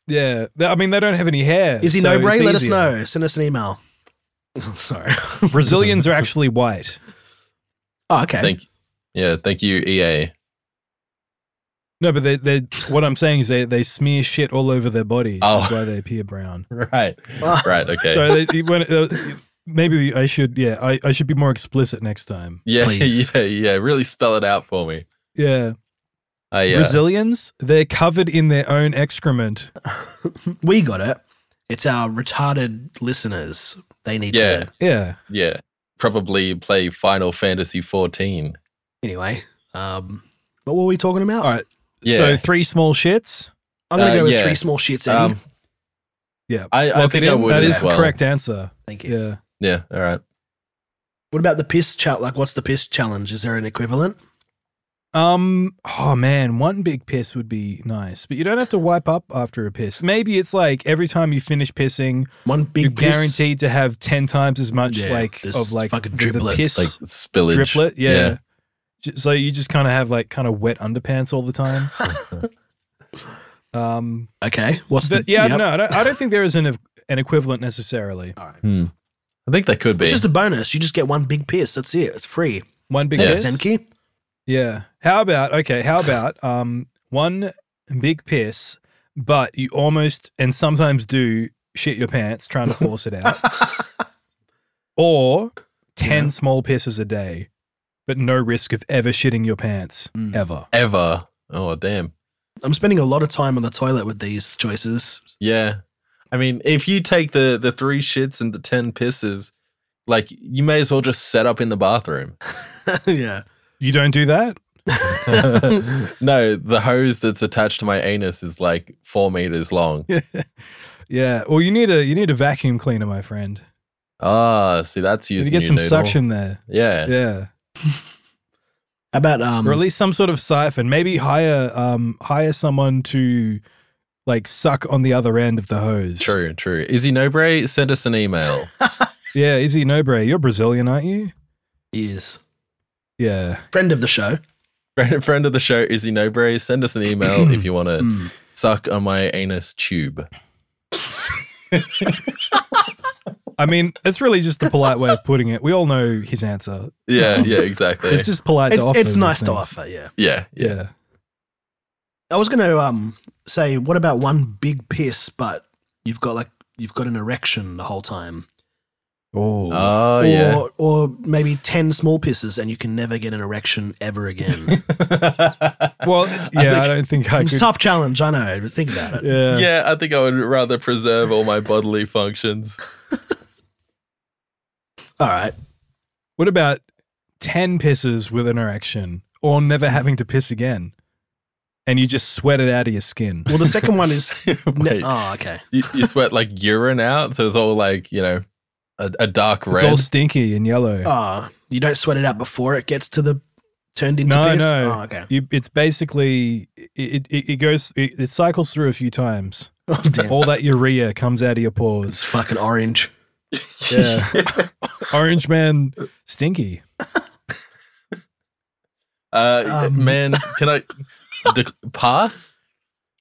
B: yeah. They- I mean, they don't have any hair.
A: Is he
B: so
A: no brain?
B: it's
A: Let us
B: easier.
A: know. Send us an email. Sorry.
B: Brazilians are actually white.
A: Oh, okay.
C: Thank. Yeah. Thank you, E EA.
B: No, but they, they what I'm saying is they, they smear shit all over their body.
C: Oh.
B: That's why they appear brown.
C: Right.
A: Ah.
C: Right. Okay.
B: So they, when, uh, maybe I should yeah I, I should be more explicit next time.
C: yeah.
A: please.
C: Yeah. Yeah. Really spell it out for me.
B: Yeah.
C: I, uh,
B: Brazilians, they're covered in their own excrement.
A: We got it. It's our retarded listeners. They need
C: Yeah.
A: to.
B: Yeah.
C: yeah. Probably play Final Fantasy 14.
A: Anyway, um, what were we talking about?
B: All right.
C: Yeah.
B: So three small shits.
A: I'm going to
C: Uh,
A: go with
C: yeah.
A: three small shits, Eddie.
C: um,
B: Yeah.
C: I, I
B: Lock it
C: think I
B: in.
C: would
B: That
C: as
B: is
C: well.
B: the correct answer.
A: Thank you.
B: Yeah.
C: Yeah. All right.
A: What about the piss chat? Like, what's the piss challenge? Is there an equivalent?
B: Um. Oh man, one big piss would be nice, but you don't have to wipe up after a piss. Maybe it's like every time you finish pissing,
A: One big
B: you're
A: piss?
B: guaranteed to have ten times as much
A: Yeah,
B: like
A: this
B: of like
A: fucking
B: the-
A: driplets.
B: the piss
C: Like spillage.
B: driplet. Yeah.
C: Yeah.
B: Ju- So you just kind of have like kind of wet underpants all the time. um.
A: Okay. What's the,
B: But yeah.
A: yep.
B: No, I don't, I don't think there is an ev- an equivalent necessarily.
A: All right.
C: Hmm. I think that could be.
A: It's just a bonus. You just get one big piss. That's it. It's free.
B: One big
C: Yeah.
A: Thanks,
B: piss.
A: Zenki.
B: Yeah. How about okay? How about um one big piss, but you almost and sometimes do shit your pants trying to force it out, or ten
A: Yeah.
B: small pisses a day, but no risk of ever shitting your pants
A: Mm.
B: ever.
C: Ever. Oh, damn.
A: I'm spending a lot of time on the toilet with these choices.
C: Yeah. I mean, if you take the the three shits and the 10 pisses, like you may as well just set up in the bathroom.
A: yeah.
B: You don't do that.
C: no, the hose that's attached to my anus is like four meters long.
B: yeah. Well, you need a you need a vacuum cleaner, my friend.
C: Ah, see, that's
B: You
C: using
B: get
C: your
B: some
C: noodle.
B: suction there.
C: Yeah.
B: Yeah.
A: How about um?
C: Mm.
B: or at least some sort of siphon. Maybe hire um hire someone to like suck on the other end of the hose.
C: True, true. Izzy Nobre, send us an email.
B: Yeah, Izzy Nobre, you're Brazilian, aren't you?
A: Yes.
B: Yeah.
A: Friend of the show.
C: friend, friend of the show, Izzy Nobre, send us an email if you want to
A: Mm.
C: suck on my anus tube.
B: I mean, it's really just the polite way of putting it. We all know his answer.
C: Yeah, yeah, exactly.
B: It's just polite
A: It's,
B: to offer.
A: it's
B: these
A: nice to
B: things.
A: offer. Yeah.
C: yeah, yeah.
B: Yeah.
A: I was gonna um say, what about one big piss, but you've got like you've got an erection the whole time,
B: Oh.
C: Oh,
A: or
C: yeah.
A: or maybe ten small pisses and you can never get an erection ever again.
B: well,
C: I
B: yeah, I,
C: think-
B: don't think I
A: it's a
B: could.
A: tough challenge. I know. But think about it.
B: Yeah.
C: yeah, I think I would rather preserve all my bodily functions.
A: All right.
B: What about 10 pisses with an erection or never having to piss again? And you just sweat it out of your skin.
A: Well, the second one is.
C: Wait,
A: oh, okay.
C: you, you sweat like urine out, so it's all like you know, a, a dark
B: It's
C: red.
B: all stinky and yellow.
A: Oh, you don't sweat it out before it gets to the turned into
B: No,
A: piss.
B: no.
A: Oh, okay.
B: You, it's basically it, it, it goes it, it cycles through a few times.
A: Oh, damn.
B: All that urea comes out of your
A: It's
B: pores.
A: fucking orange.
B: Yeah. Orange man, stinky.
C: Uh,
A: Um.
C: man, can I de- pass?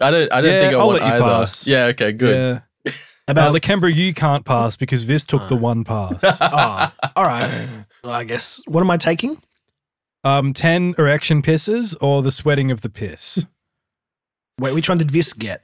C: I don't. I don't
B: Yeah,
C: think I
B: I'll
C: want
B: let you
C: either.
B: pass.
C: Yeah. Okay. Good.
A: How
B: Yeah. Uh,
A: About
B: the Canberra you can't pass because Viz took the
A: Uh.
B: one pass.
A: oh, all right. Well, I guess. What am I taking?
B: um, ten erection pisses or the sweating of the piss.
A: Wait, which one did Vis get?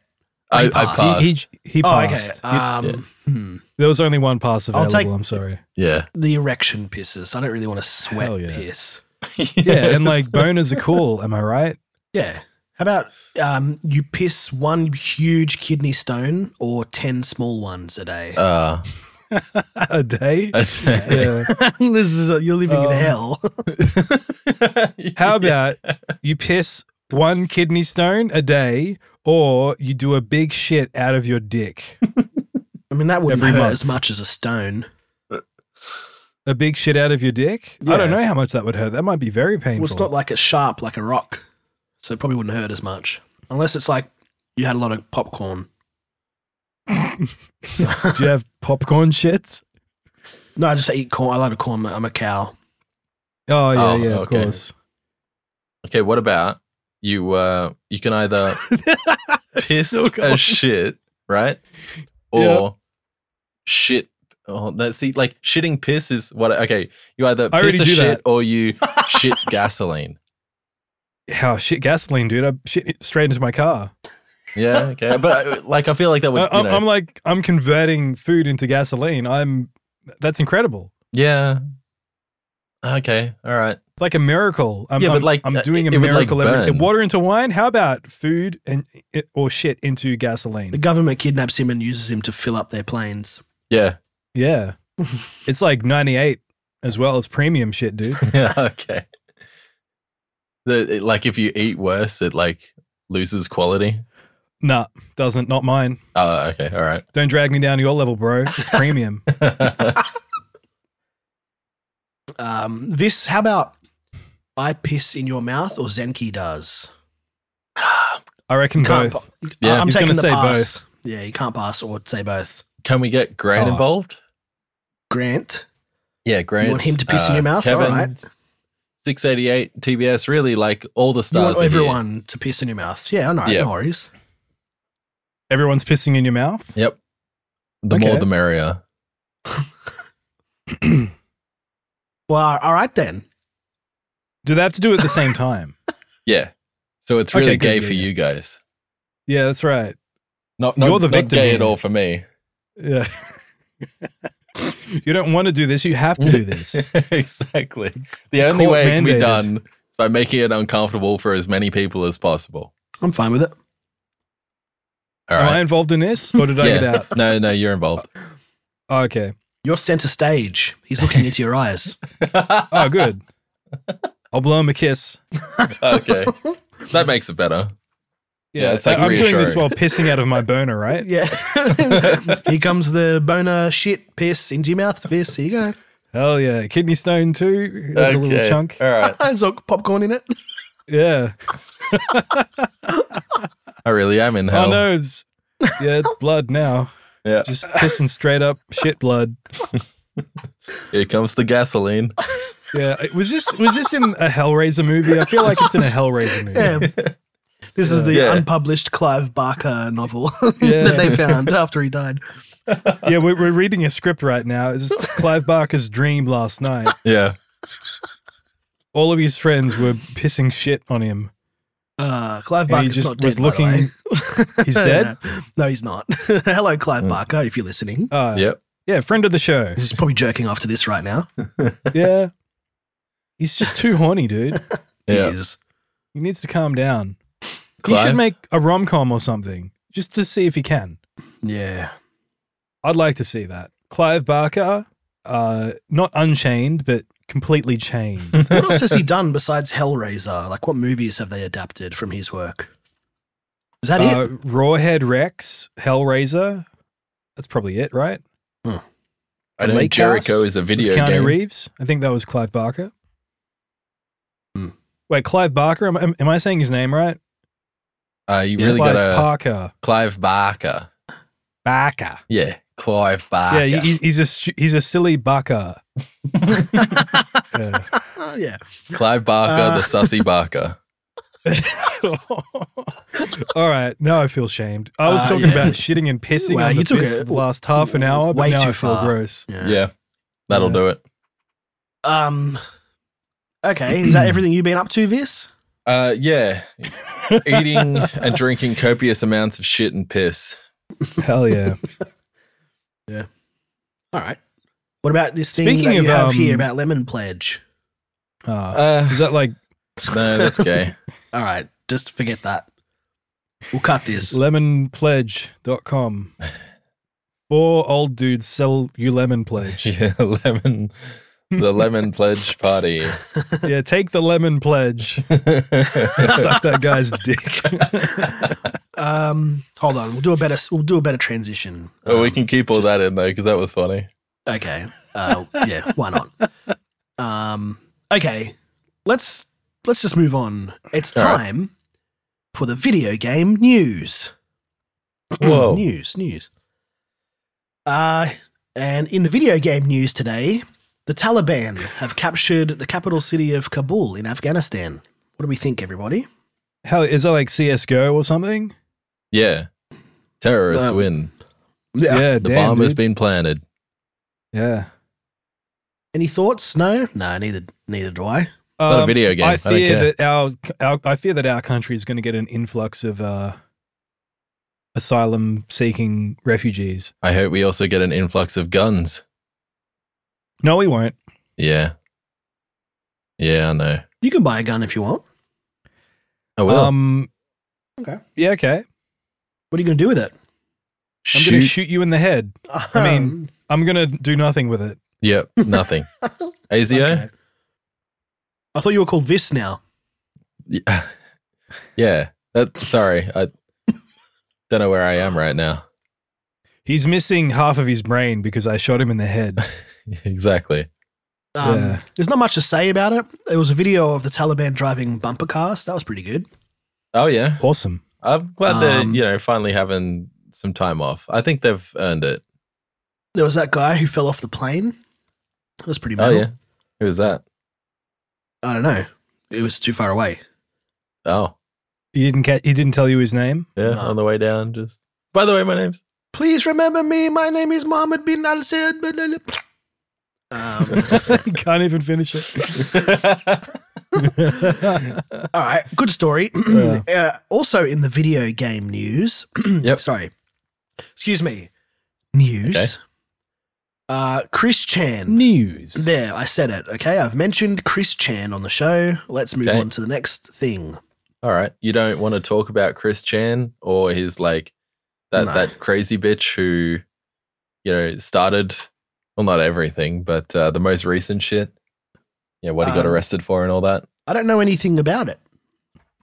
C: I,
A: He
C: I
A: passed.
C: passed.
B: He, he, he
A: Oh,
B: passed.
A: okay. Um, hmm.
B: there was only one pass
A: I'll
B: available.
A: take-
B: I'm sorry.
C: yeah.
A: The erection pisses. I don't really want to sweat
B: Hell yeah.
A: piss.
B: Yeah, and like boners are cool. Am I right?
A: Yeah. How about um, you piss one huge kidney stone or 10 small ones a day?
C: uh,
B: a day.
C: that's-
B: Yeah.
A: this is a, you're living in
B: Um,
A: hell.
B: How about you piss one kidney stone a day, or you do a big shit out of your dick?
A: I mean, that wouldn't
B: every
A: hurt
B: month.
A: as much as a stone.
B: A big shit out of your dick? I don't
A: Yeah.
B: know how much that would hurt. That might be very painful.
A: Well, it's not like a sharp, like a rock. So it probably wouldn't hurt as much. Unless it's like you had a lot of popcorn.
B: do you have popcorn shits?
A: No, I just eat corn. I like corn. I'm a cow.
B: Oh yeah,
C: Oh,
B: yeah, of
C: okay.
B: course.
C: okay, what about you? Uh, you can either piss
B: Still going.
C: a shit, right? Or
B: Yeah.
C: shit. Oh, that see, like shitting piss is what. Okay, you either
B: I already
C: piss a
B: do
C: shit
B: that.
C: or you shit gasoline.
B: How shit gasoline, dude! I shit it straight into my car.
C: Yeah, okay, but uh, like I feel like that would.
B: I,
C: you
B: am
C: know,
B: I'm like I'm converting food into gasoline. I'm that's incredible.
C: yeah. Okay, all right.
B: It's like a miracle. I'm,
C: Yeah, but
B: I'm-
C: like,
B: I'm
C: uh,
B: doing a
C: it would, like,
B: miracle every
C: burn.
B: water into wine. How about food and or shit into gasoline?
A: The government kidnaps him and uses him to fill up their planes.
C: Yeah,
B: Yeah. it's like 98 as well as premium shit, dude.
C: yeah, okay. The, it- like if you eat worse, it like loses quality.
B: nah, doesn't. Not mine.
C: Oh, okay, all right.
B: Don't drag me down to your level, bro. It's premium.
A: Um, this, how about I piss in your mouth or Zenki does?
B: I reckon
A: Can't
B: both.
A: pa-
C: Yeah.
A: I'm
B: He's
A: taking
B: gonna
A: the
B: say
A: pass. Yeah, you can't pass or say both.
C: Can we get Grant
B: Oh.
C: involved?
A: Grant.
C: Yeah, Grant.
A: him to piss in your mouth? All
C: Kevin,
A: right.
C: Six eighty eight TBS. Really, like all the
A: You
C: stars.
A: want
C: are here.
A: everyone to piss in your mouth. Yeah, I know.
C: Yeah.
A: No worries.
B: Everyone's pissing in your mouth.
C: Yep. The
B: Okay.
C: more, the merrier.
A: Well, all right then.
B: Do they have to do it at the same time?
C: Yeah. So it's
B: Okay,
C: really
B: good,
C: gay
B: yeah,
C: for
B: yeah.
C: you guys.
B: Yeah, that's right.
C: Not, not,
B: You're the
C: not
B: victim
C: gay
B: here.
C: at all for me.
B: Yeah. you don't want to do this. You have to do this.
C: exactly. The only
B: Court
C: way it can be
B: mandated.
C: done is by making it uncomfortable for as many people as possible.
A: I'm fine with it.
C: All
B: Am I
C: right.
B: involved in this or did I get
C: Yeah.
B: out?
C: No, no, you're involved.
B: Oh, okay.
A: You're center stage. He's looking into your eyes.
B: Oh, good. I'll blow him a kiss.
C: okay. That makes it better. Yeah, it's like
B: I- I'm doing this
C: reassuring.
B: while pissing out of my boner, right?
A: Yeah. Here comes the boner shit piss into your mouth. This, here you go.
B: Hell yeah. Kidney stone too. There's a little
C: Okay.
B: chunk.
C: All right.
A: There's all popcorn in it.
B: Yeah.
C: I really am in
B: Oh
C: hell.
B: no, it's yeah, it's blood now.
C: Yeah.
B: Just pissing straight up shit blood.
C: Here comes the gasoline.
B: Yeah, it was just was this in a Hellraiser movie? I feel like it's in a Hellraiser movie.
A: Yeah. This is the
C: Yeah.
A: unpublished Clive Barker novel
B: Yeah.
A: that they found after he died.
B: Yeah, we're, we're reading a script right now. It's just Clive Barker's dream last night.
C: Yeah.
B: All of his friends were pissing shit on him.
A: Uh, Clive
B: And he
A: Barker's
B: just
A: not
B: was
A: dead, by the way.
B: He's dead? Hmm.
A: no, he's not. Hello, Clive
C: Mm.
A: Barker, if you're listening.
B: Uh,
C: Yep.
B: Yeah, friend of the show.
A: He's probably jerking after this right now.
B: Yeah. He's just too horny, dude.
C: Yeah.
A: He is.
B: He needs to calm down. He
C: Clive?
B: should make a rom com or something just to see if he can.
A: Yeah.
B: I'd like to see that. Clive Barker, uh, not unchained, but completely chained.
A: What else has he done besides Hellraiser? Like, what movies have they adapted from his work? Is that
B: uh,
A: it?
B: Rawhead Rex, Hellraiser. That's probably it, right?
C: I know
B: Lake
C: Jericho
B: House
C: is a
B: With
C: video
B: Keanu
C: game.
B: Reeves. I think that was Clive Barker.
A: Hmm.
B: Wait, Clive Barker? Am, am, am I saying his name right?
C: Uh, you
A: Yeah.
C: really
B: Clive
C: got to
B: Parker.
C: Clive Barker.
B: Barker.
C: Yeah, Clive Barker.
B: Yeah, he, he's a stu- he's a silly Barker. Yeah.
A: Uh, yeah.
C: Clive Barker,
A: Uh.
C: the sussy Barker.
B: All right, now I feel shamed. I was
A: Uh,
B: talking
A: yeah.
B: about shitting and pissing
A: Wow,
B: on the
A: you took
B: piss
A: it
B: for the last half an hour, but
A: way
B: now
A: too
B: I feel
A: far.
B: gross.
A: Yeah.
C: Yeah, that'll
B: Yeah.
C: do it.
A: Um. Okay. Is that everything you've been up to, Vis?
C: Uh, yeah, eating and drinking copious amounts of shit and piss.
B: Hell yeah.
A: All right. What about this thing
B: Speaking
A: that you
B: of,
A: have here
B: um,
A: about lemon pledge?
B: Uh,
C: Uh,
B: is that like
C: no, that's gay.
A: All right, just forget that. We'll cut this.
B: lemonpledge.com? Four old dudes sell you lemon pledge.
C: yeah, lemon, the lemon pledge party.
B: yeah, take the lemon pledge. Suck that guy's dick.
A: Um, hold on. We'll do a better. We'll do a better transition.
C: oh, we
A: Um,
C: can keep all
A: just-
C: that in though because that was funny.
A: Okay. Uh, yeah. Why not? Um. Okay. Let's let's just move on. It's
C: All right.
A: time for the video game news.
C: Whoa.
A: news, news. Uh, and in the video game news today, the Taliban have captured the capital city of Kabul in Afghanistan. What do we think, everybody?
B: Hell, is that like CS:GO or something?
C: Yeah, terrorists
A: Um,
C: win.
B: Yeah,
C: The
B: damn.
C: bomb has
B: dude.
C: been planted.
B: yeah.
A: Any thoughts? No, no, neither, neither do I.
C: Not a
B: Um,
C: video game. I,
B: I
C: don't care.
B: fear that our, our I fear that our country is going to get an influx of uh, asylum-seeking refugees.
C: I hope we also get an influx of guns.
B: No, we won't.
C: Yeah. Yeah, I know. Oh,
A: You can buy a gun if you want.
C: I will.
B: Um,
A: Okay.
B: Yeah. Okay.
A: What are you going to do with it?
B: I'm
C: shoot.
B: going to shoot you in the head. I
A: Um,
B: mean, I'm going to do nothing with it.
C: yep. Nothing. ASIO.
A: Okay. I thought you were called Vis now.
C: Yeah. yeah. That sorry. I don't know where I am right now.
B: He's missing half of his brain because I shot him in the head.
C: exactly.
A: Um,
B: Yeah.
A: There's not much to say about it. It was a video of the Taliban driving bumper cars. That was pretty good.
C: Oh yeah.
B: Awesome.
C: I'm glad
A: Um,
C: they're, you know, finally having some time off. I think they've earned it.
A: There was that guy who fell off the plane. That was pretty
C: Oh
A: metal.
C: yeah. Who was that?
A: I don't know. It was too far away.
C: Oh.
B: He didn't catch. He didn't tell you his name.
C: Yeah.
A: No.
C: On the way down, just by the way, my name's
A: Please remember me. My name is Mohammed bin Al Said. bin Al- Um,
B: he can't even finish it.
A: all right, good story.
B: Yeah.
A: uh, also in the video game news.
C: Yep.
A: Sorry. Excuse me. News.
C: Okay.
A: Uh, Chris Chan.
B: News.
A: There, I said it. Okay, I've mentioned Chris Chan on the show. Let's move
C: Okay.
A: on to the next thing.
C: All right. You don't want to talk about Chris Chan or his like that
A: No.
C: that crazy bitch who, you know, started well not everything, but uh, the most recent shit. Yeah, what he got
A: Um,
C: arrested for and all that.
A: I don't know anything about it.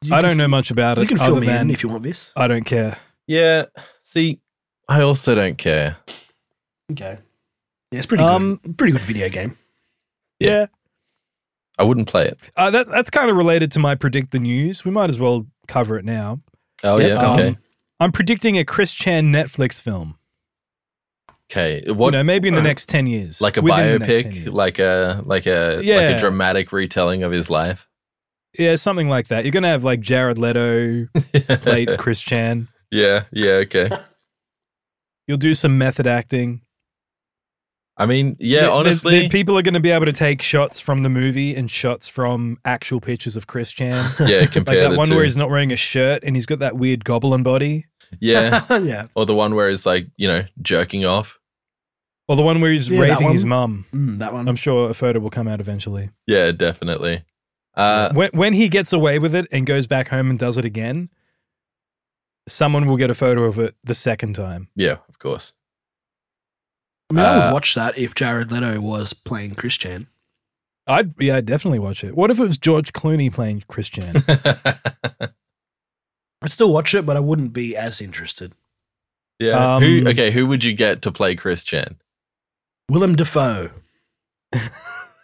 A: You
B: I
A: can
B: don't know much about
A: You
B: it.
A: can
B: other
A: fill me
B: than
A: in if you want this.
B: I don't care.
C: Yeah. See, I also don't care.
A: Okay. Yeah, it's pretty
B: Um,
A: good. Pretty good video game.
C: Yeah. I wouldn't play it.
B: Uh, that, that's kind of related to my predict the news. We might as well cover it now.
C: Oh
A: Yeah,
C: yeah.
A: um,
C: Okay.
B: I'm predicting a Chris Chan Netflix film.
C: okay. What
B: You know, maybe in the next 10 years.
C: like a
B: Within the next 10
C: biopic,
B: years.
C: like a like a like
B: Yeah.
C: a dramatic retelling of his life.
B: Yeah, something like that. You're going to have like Jared Leto play Chris Chan.
C: yeah, yeah, okay.
B: You'll do some method acting.
C: I mean,
B: There-
C: yeah,
B: there-
C: honestly,
B: there- people are going to be able to take shots from the movie and shots from actual pictures of Chris Chan.
C: yeah,
B: Like
C: compare
B: that
C: the
B: one
C: two.
B: where he's not wearing a shirt and he's got that weird goblin body.
C: yeah,
A: yeah.
C: or the one where he's like, you know, jerking off.
B: Or the one where he's
A: Yeah, that
B: raping his
A: one.
B: mum.
A: Mm, that one.
B: I'm sure a photo will come out eventually.
C: Yeah, definitely. Uh,
B: when, when he gets away with it and goes back home and does it again, someone will get a photo of it the second time.
C: yeah, of course.
A: I mean, I
C: uh,
A: would watch that if Jared Leto was playing Chris Chan.
B: I'd yeah, I'd definitely watch it. What if it was George Clooney playing Christian?
A: I'd still watch it, but I wouldn't be as interested.
C: yeah.
B: Um,
C: who, okay, who would you get to play Chris Chan?
A: Willem Dafoe.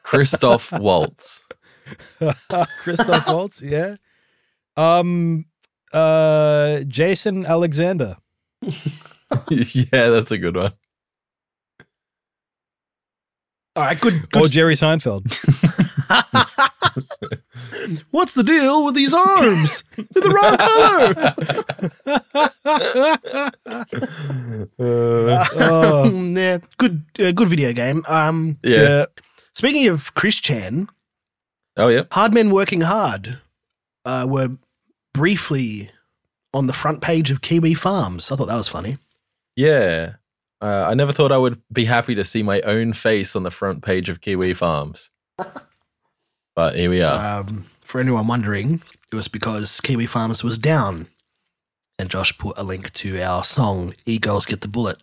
C: Christoph Waltz.
B: Christoph Waltz, yeah. Um uh Jason Alexander.
C: yeah, that's a good one.
A: All right, good.
B: Or
A: good
B: Jerry Seinfeld.
A: What's the deal with these arms? They're the wrong color.
B: Oh.
A: Mm, yeah, good, uh, good video game. Um,
C: yeah.
A: speaking of Chris Chan,
C: Oh, yeah.
A: Hard Men Working Hard. uh, were briefly on the front page of Kiwi Farms. I thought that was funny.
C: Yeah. Uh, I never thought I would be happy to see my own face on the front page of Kiwi Farms. but here we are.
A: Um, for anyone wondering, it was because Kiwi Farms was down, and Josh put a link to our song "E Girls Get the Bullet"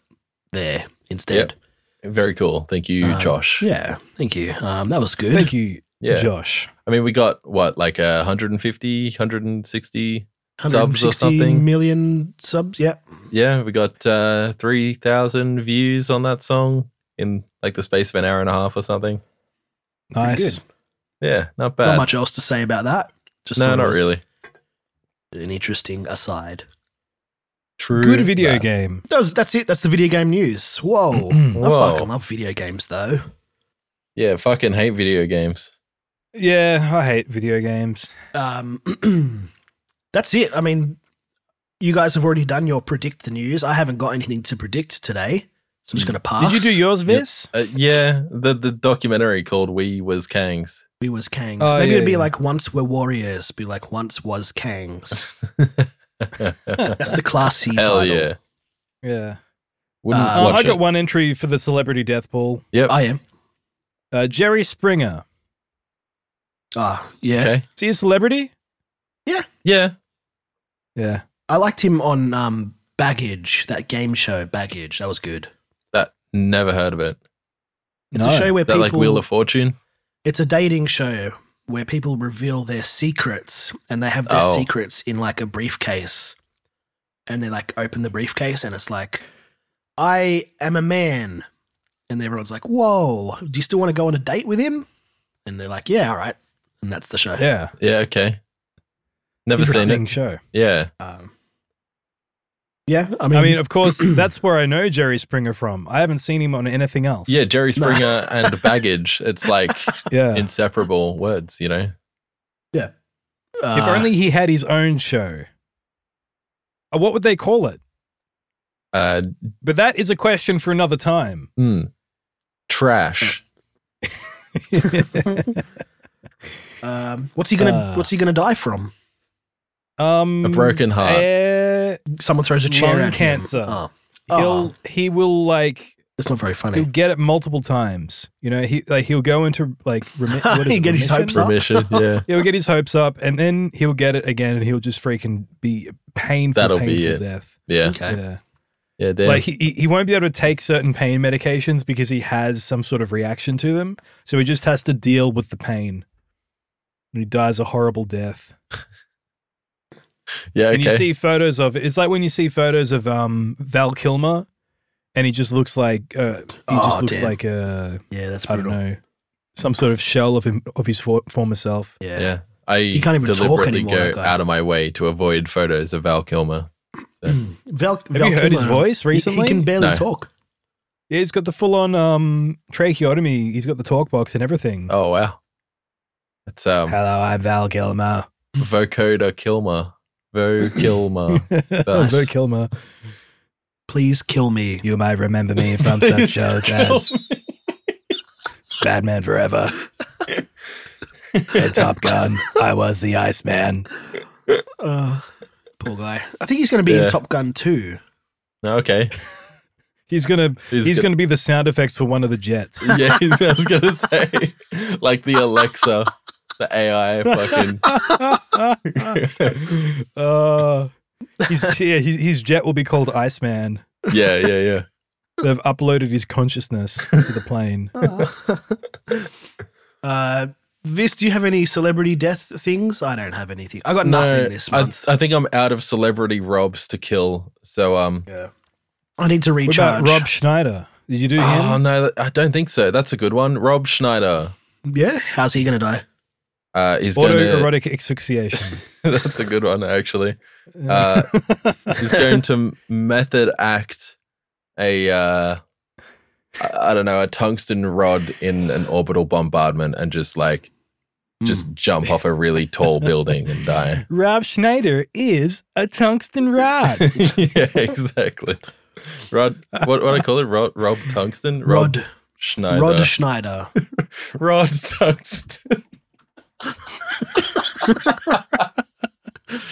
A: there instead.
C: Very cool. Thank you,
A: Um,
C: Josh.
A: Yeah, thank you. Um, that was good.
B: Thank you,
C: Yeah.
B: Josh.
C: I mean, we got what, like uh, 150, 160? subs or
A: 160
C: something.
A: million subs. Yep.
C: Yeah, we got uh, 3,000 views on that song in like the space of an hour and a half or something.
A: Pretty
B: Nice.
A: good.
C: Yeah, not
A: Not
C: bad.
A: much else to say about that. Just
C: no,
A: thought it
C: not
A: was
C: really.
A: An interesting aside.
C: True.
B: Good video
C: that.
B: game.
A: That was, that's it. That's the video game news. Whoa. I
C: Whoa.
A: fucking love video games though.
C: Yeah, fucking hate video games.
B: Yeah, I hate video games.
A: Um, that's it. I mean, you guys have already done your predict the news. I haven't got anything to predict today, so I'm just
C: Mm.
A: going to pass.
B: Did you do yours, Viz?
C: Uh, yeah, the the documentary called "We Was Kangs."
A: We was Kangs.
B: Oh,
A: Maybe
B: yeah,
A: it'd be
B: yeah.
A: like once we're warriors. Be like once was Kangs.
C: Hell
A: That's the classy title.
C: yeah!
B: Yeah.
C: Wouldn't
A: Uh,
B: Uh,
C: watch
B: I got
C: it.
B: one entry for the celebrity death pool.
C: Yep.
A: I am.
B: Uh, Jerry Springer.
A: Ah, yeah.
C: Okay.
B: Is he a celebrity?
C: Yeah.
B: Yeah.
A: I liked him on um, Baggage, that game show. Baggage, that was good.
C: That never heard of it.
A: It's a show where
C: That
A: people
C: like Wheel of Fortune.
A: it's a dating show where people reveal their secrets and they have their
C: Oh.
A: secrets in like a briefcase and they like open the briefcase and it's like i am a man and everyone's like whoa do you still want to go on a date with him and they're like yeah all right and that's the show
B: Yeah.
C: Yeah. Okay. Never seen
B: Interesting
C: it.
B: show.
C: Yeah.
A: um, yeah i mean,
B: I mean, of course, that's where I know Jerry Springer from. I haven't seen him on anything else.
C: Yeah. Jerry
A: Nah.
C: Springer and baggage. It's like
B: Yeah.
C: inseparable words. You know.
A: uh,
B: if only he had his own show. Uh, What would they call it?
C: Uh.
B: But that is a question for another time.
C: hmm. Trash.
A: um, what's he gonna
B: Uh.
A: what's he gonna die from
B: um,
C: A broken heart.
B: eh,
A: someone throws a chair
B: Lung
A: at
B: cancer.
A: him. Oh,
B: he'll he will like
A: it's not very funny
B: he'll get it multiple times. You know, he like he'll go into like remi- what is
A: He
B: it,
A: get his
B: remission?
A: hopes up.
C: Remission. Yeah.
B: He'll get his hopes up, and then he'll get it again, and he'll just freaking be painful,
C: That'll be
B: painful
C: it.
B: death.
C: Yeah.
A: okay
B: Yeah.
C: Yeah. Damn.
B: Like he, he- he won't be able to take certain pain medications because he has some sort of reaction to them. So he just has to deal with the pain. And he dies a horrible death.
C: yeah.
B: And you
C: Okay.
B: see photos of it's like when you see photos of um Val Kilmer and he just looks like uh, he
A: Oh,
B: just looks
A: damn.
B: like a
A: yeah that's
B: I don't
A: brutal
B: know some sort of shell of him of his for, former self.
A: yeah
C: yeah. I
A: He can't even talk
C: deliberately
A: anymore, that
C: go
A: guy.
C: out of my way to avoid photos of Val Kilmer.
A: Val,
B: Have you heard his voice recently?
A: He, can barely
C: No.
A: talk.
B: yeah, he's got the full on um tracheotomy. He's got the talk box and everything.
C: Oh wow. It's um.
B: Hello, I'm Val Kilmer.
C: Vocoder Kilmer. Vo Kilmer.
B: Val
A: Nice.
B: Kilmer.
A: Please kill me.
B: You may remember me from such shows as Batman Forever and Top Gun. I was the Iceman.
A: Uh, poor guy. I think he's going to be
C: Yeah.
A: in Top Gun too.
C: okay.
B: He's gonna he's,
C: go-
B: gonna be the sound effects for one of the jets.
C: Yeah, he's, I was gonna say like the Alexa, the AI fucking.
B: uh, he's, yeah, his, his jet will be called Iceman.
C: Yeah, yeah, yeah.
B: They've uploaded his consciousness to the plane.
A: uh, Vis, do you have any celebrity death things? I don't have anything. I got nothing this
C: I,
A: month. I,
C: I think I'm out of celebrity robs to kill. So um.
A: need to
B: What about
A: recharge.
B: Rob Schneider? Did you do him?
C: Oh no, I don't think so. That's a good one. Rob Schneider.
A: yeah, how's he going to die?
C: Uh, is gonna.
B: Autoerotic asphyxiation.
C: that's a good one actually. Uh, He's going to method act a uh I- I don't know, a tungsten rod in an orbital bombardment and just like Hmm. just jump off a really tall building and die.
B: Rob Schneider is a tungsten rod.
C: yeah, exactly. Rod what what I call it? Rod Rob Tungsten?
A: Mm. Rod
C: Schneider.
A: Rod Schneider.
C: Rod Tungsten.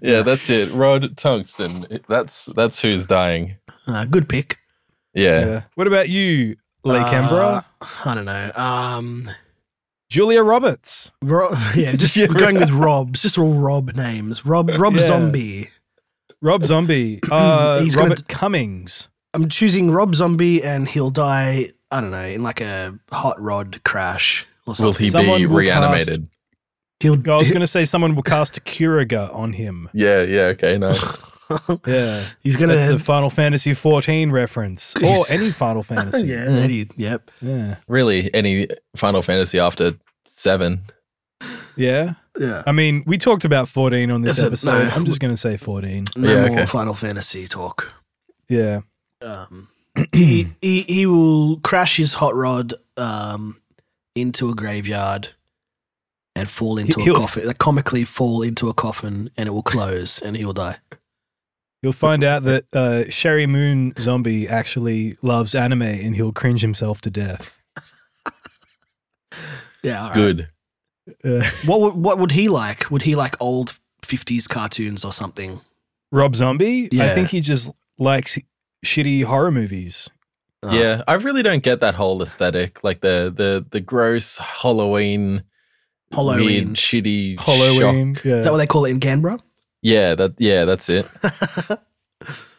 C: yeah, that's it. Rod Tungsten. That's that's who's dying.
A: Uh, good pick.
C: Yeah.
B: Yeah. What about you, Lake
A: Uh,
B: Canberra?
A: I don't know. Um,
B: Julia Roberts.
A: Ro- yeah, just
B: Yeah.
A: we're going with Rob's. Just all Rob names. Rob Rob
B: Yeah.
A: Zombie.
B: Rob Zombie. Uh,
A: He's gonna
B: Robert Cummings.
A: I'm choosing Rob Zombie, and he'll die. I don't know in like a hot rod crash or
C: Will
A: something.
C: he
B: Someone
C: be
B: will
C: reanimated?
A: He'll.
B: I was going to say someone will cast Kiriga on him.
C: Yeah, yeah, okay, nice.
B: Yeah.
A: he's gonna.
B: That's a Final Fantasy 14 reference or
A: He's-
B: any Final Fantasy.
A: yeah. he- yep.
B: Yeah.
C: really, any Final Fantasy after seven.
B: Yeah.
A: Yeah.
B: I mean, we talked about 14 on this
A: Is it?
B: episode.
A: No.
B: I'm just going to say 14.
A: No
C: Yeah,
A: more
C: okay.
A: Final Fantasy talk.
B: Yeah.
A: Um, he, he he will crash his hot rod um, into a graveyard and fall into a
B: He'll-
A: coffin. Like comically fall into a coffin and it will close and he will die.
B: You'll find out that uh, Sherry Moon Zombie actually loves anime and he'll cringe himself to death.
A: Yeah. all right.
C: Good.
B: Uh,
A: What would, what would he like? Would he like old fifties cartoons or something?
B: Rob Zombie, I
A: Yeah.
B: think he just likes shitty horror movies.
A: Uh,
C: Yeah. I really don't get that whole aesthetic. Like the the the gross Halloween, weird,
A: Halloween.
C: shitty shock.
B: Halloween.
A: Is that
B: Yeah.
A: what they call it in Canberra?
C: Yeah, that yeah, that's it.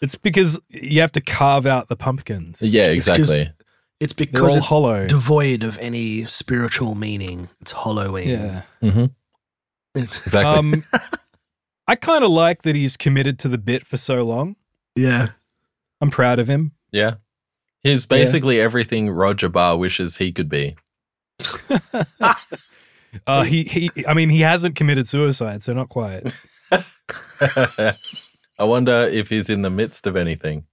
B: It's because you have to carve out the pumpkins.
C: Yeah,
A: It's 'cause-
C: exactly.
A: It's
B: They're all
A: because it's
B: hollow.
A: devoid of any spiritual meaning. It's Halloween.
B: yeah.
C: hmm Exactly.
B: Um, I kind of like that he's committed to the bit for so long.
A: yeah.
B: I'm proud of him.
C: yeah. He's basically everything Roger Barr wishes he could be.
B: Uh, he, he, I mean, he hasn't committed suicide, so not quite.
C: I wonder if he's in the midst of anything.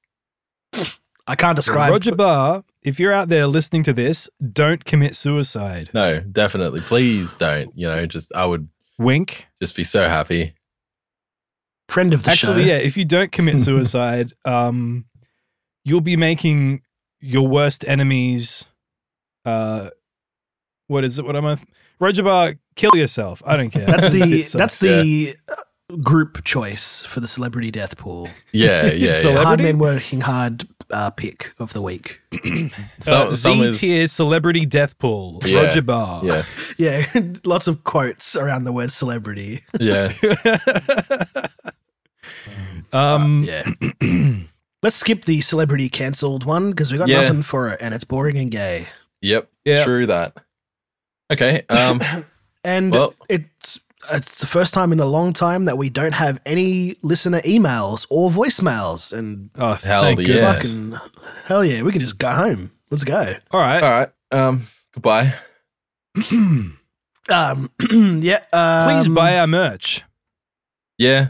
A: I can't describe.
B: Roger Barr, if you're out there listening to this, don't commit suicide.
C: No, definitely. Please don't. You know, just I would
B: Wink.
C: just be so happy.
A: friend of the
B: Actually,
A: show.
B: yeah, if you don't commit suicide, um, you'll be making your worst enemies. Uh, what is it? What am I? Roger Barr, kill yourself. I don't care.
A: That's the
B: It sucks.
A: that's the uh group choice for the celebrity death pool.
C: Yeah, yeah.
B: So-
C: yeah.
B: uh,
A: Hard
B: Celebrity?
A: men working hard uh, pick of the week.
C: Some,
B: uh,
C: some is-
B: Z-tier celebrity death pool.
C: Yeah,
B: Roger Barr.
C: yeah,
A: Yeah, lots of quotes around the word celebrity.
C: yeah.
B: um,
A: Yeah. Let's skip the celebrity cancelled one because we got
C: Yeah.
A: nothing for it and it's boring and gay.
C: Yep.
B: Yeah.
C: True that. Okay. Um
A: And
C: well
A: it's it's the first time in a long time that we don't have any listener emails or voicemails and
B: oh,
C: Hell
B: thank
C: yeah.
B: goodness.
A: fucking hell yeah, we can just go home. Let's go.
B: All right.
C: all right. Um goodbye.
B: Please
A: Um yeah, um,
B: buy our merch.
C: Yeah,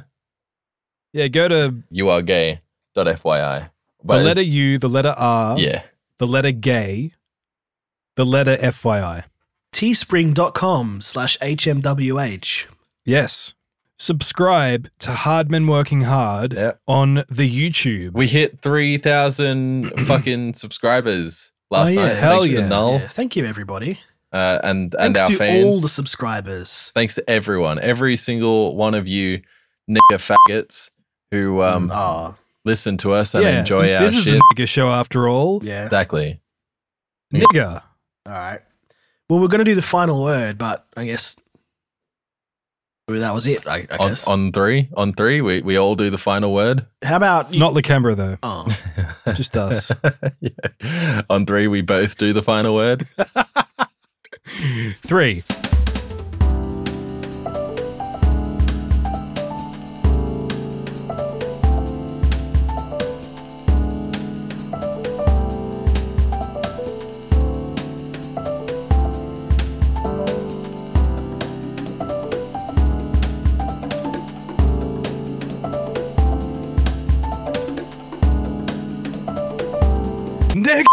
B: Yeah, go to
C: you are gay. Dot FYI.
B: the letter
C: it's-
B: U, the letter R,
C: Yeah.
B: the letter gay, the letter FYI.
A: teespring.com slash hmwh.
B: Yes. Subscribe to Hardman Working Hard
C: Yeah.
B: on the YouTube.
C: We hit three thousand fucking subscribers last
A: Oh, yeah.
C: night.
B: Hell
C: thanks
B: yeah.
C: to Null.
A: Yeah, thank you, everybody.
C: Uh, and and
A: Thanks
C: our
A: to
C: fans.
A: all the subscribers.
C: thanks to everyone, every single one of you nigger faggots who um,
A: oh,
C: listen to us and
B: yeah,
C: enjoy our
B: this is
C: shit.
B: the nigger show after all.
A: yeah.
C: exactly.
B: Nigger.
A: all right. Well, we're going to do the final word, but I guess well, that was it. I, I
C: On,
A: guess.
C: on three, on three, we, we all do the final word.
A: How about you?
B: Not the camera though.
A: oh,
B: Just us.
C: Yeah. On three, we both do the final word.
B: Three. Nigga,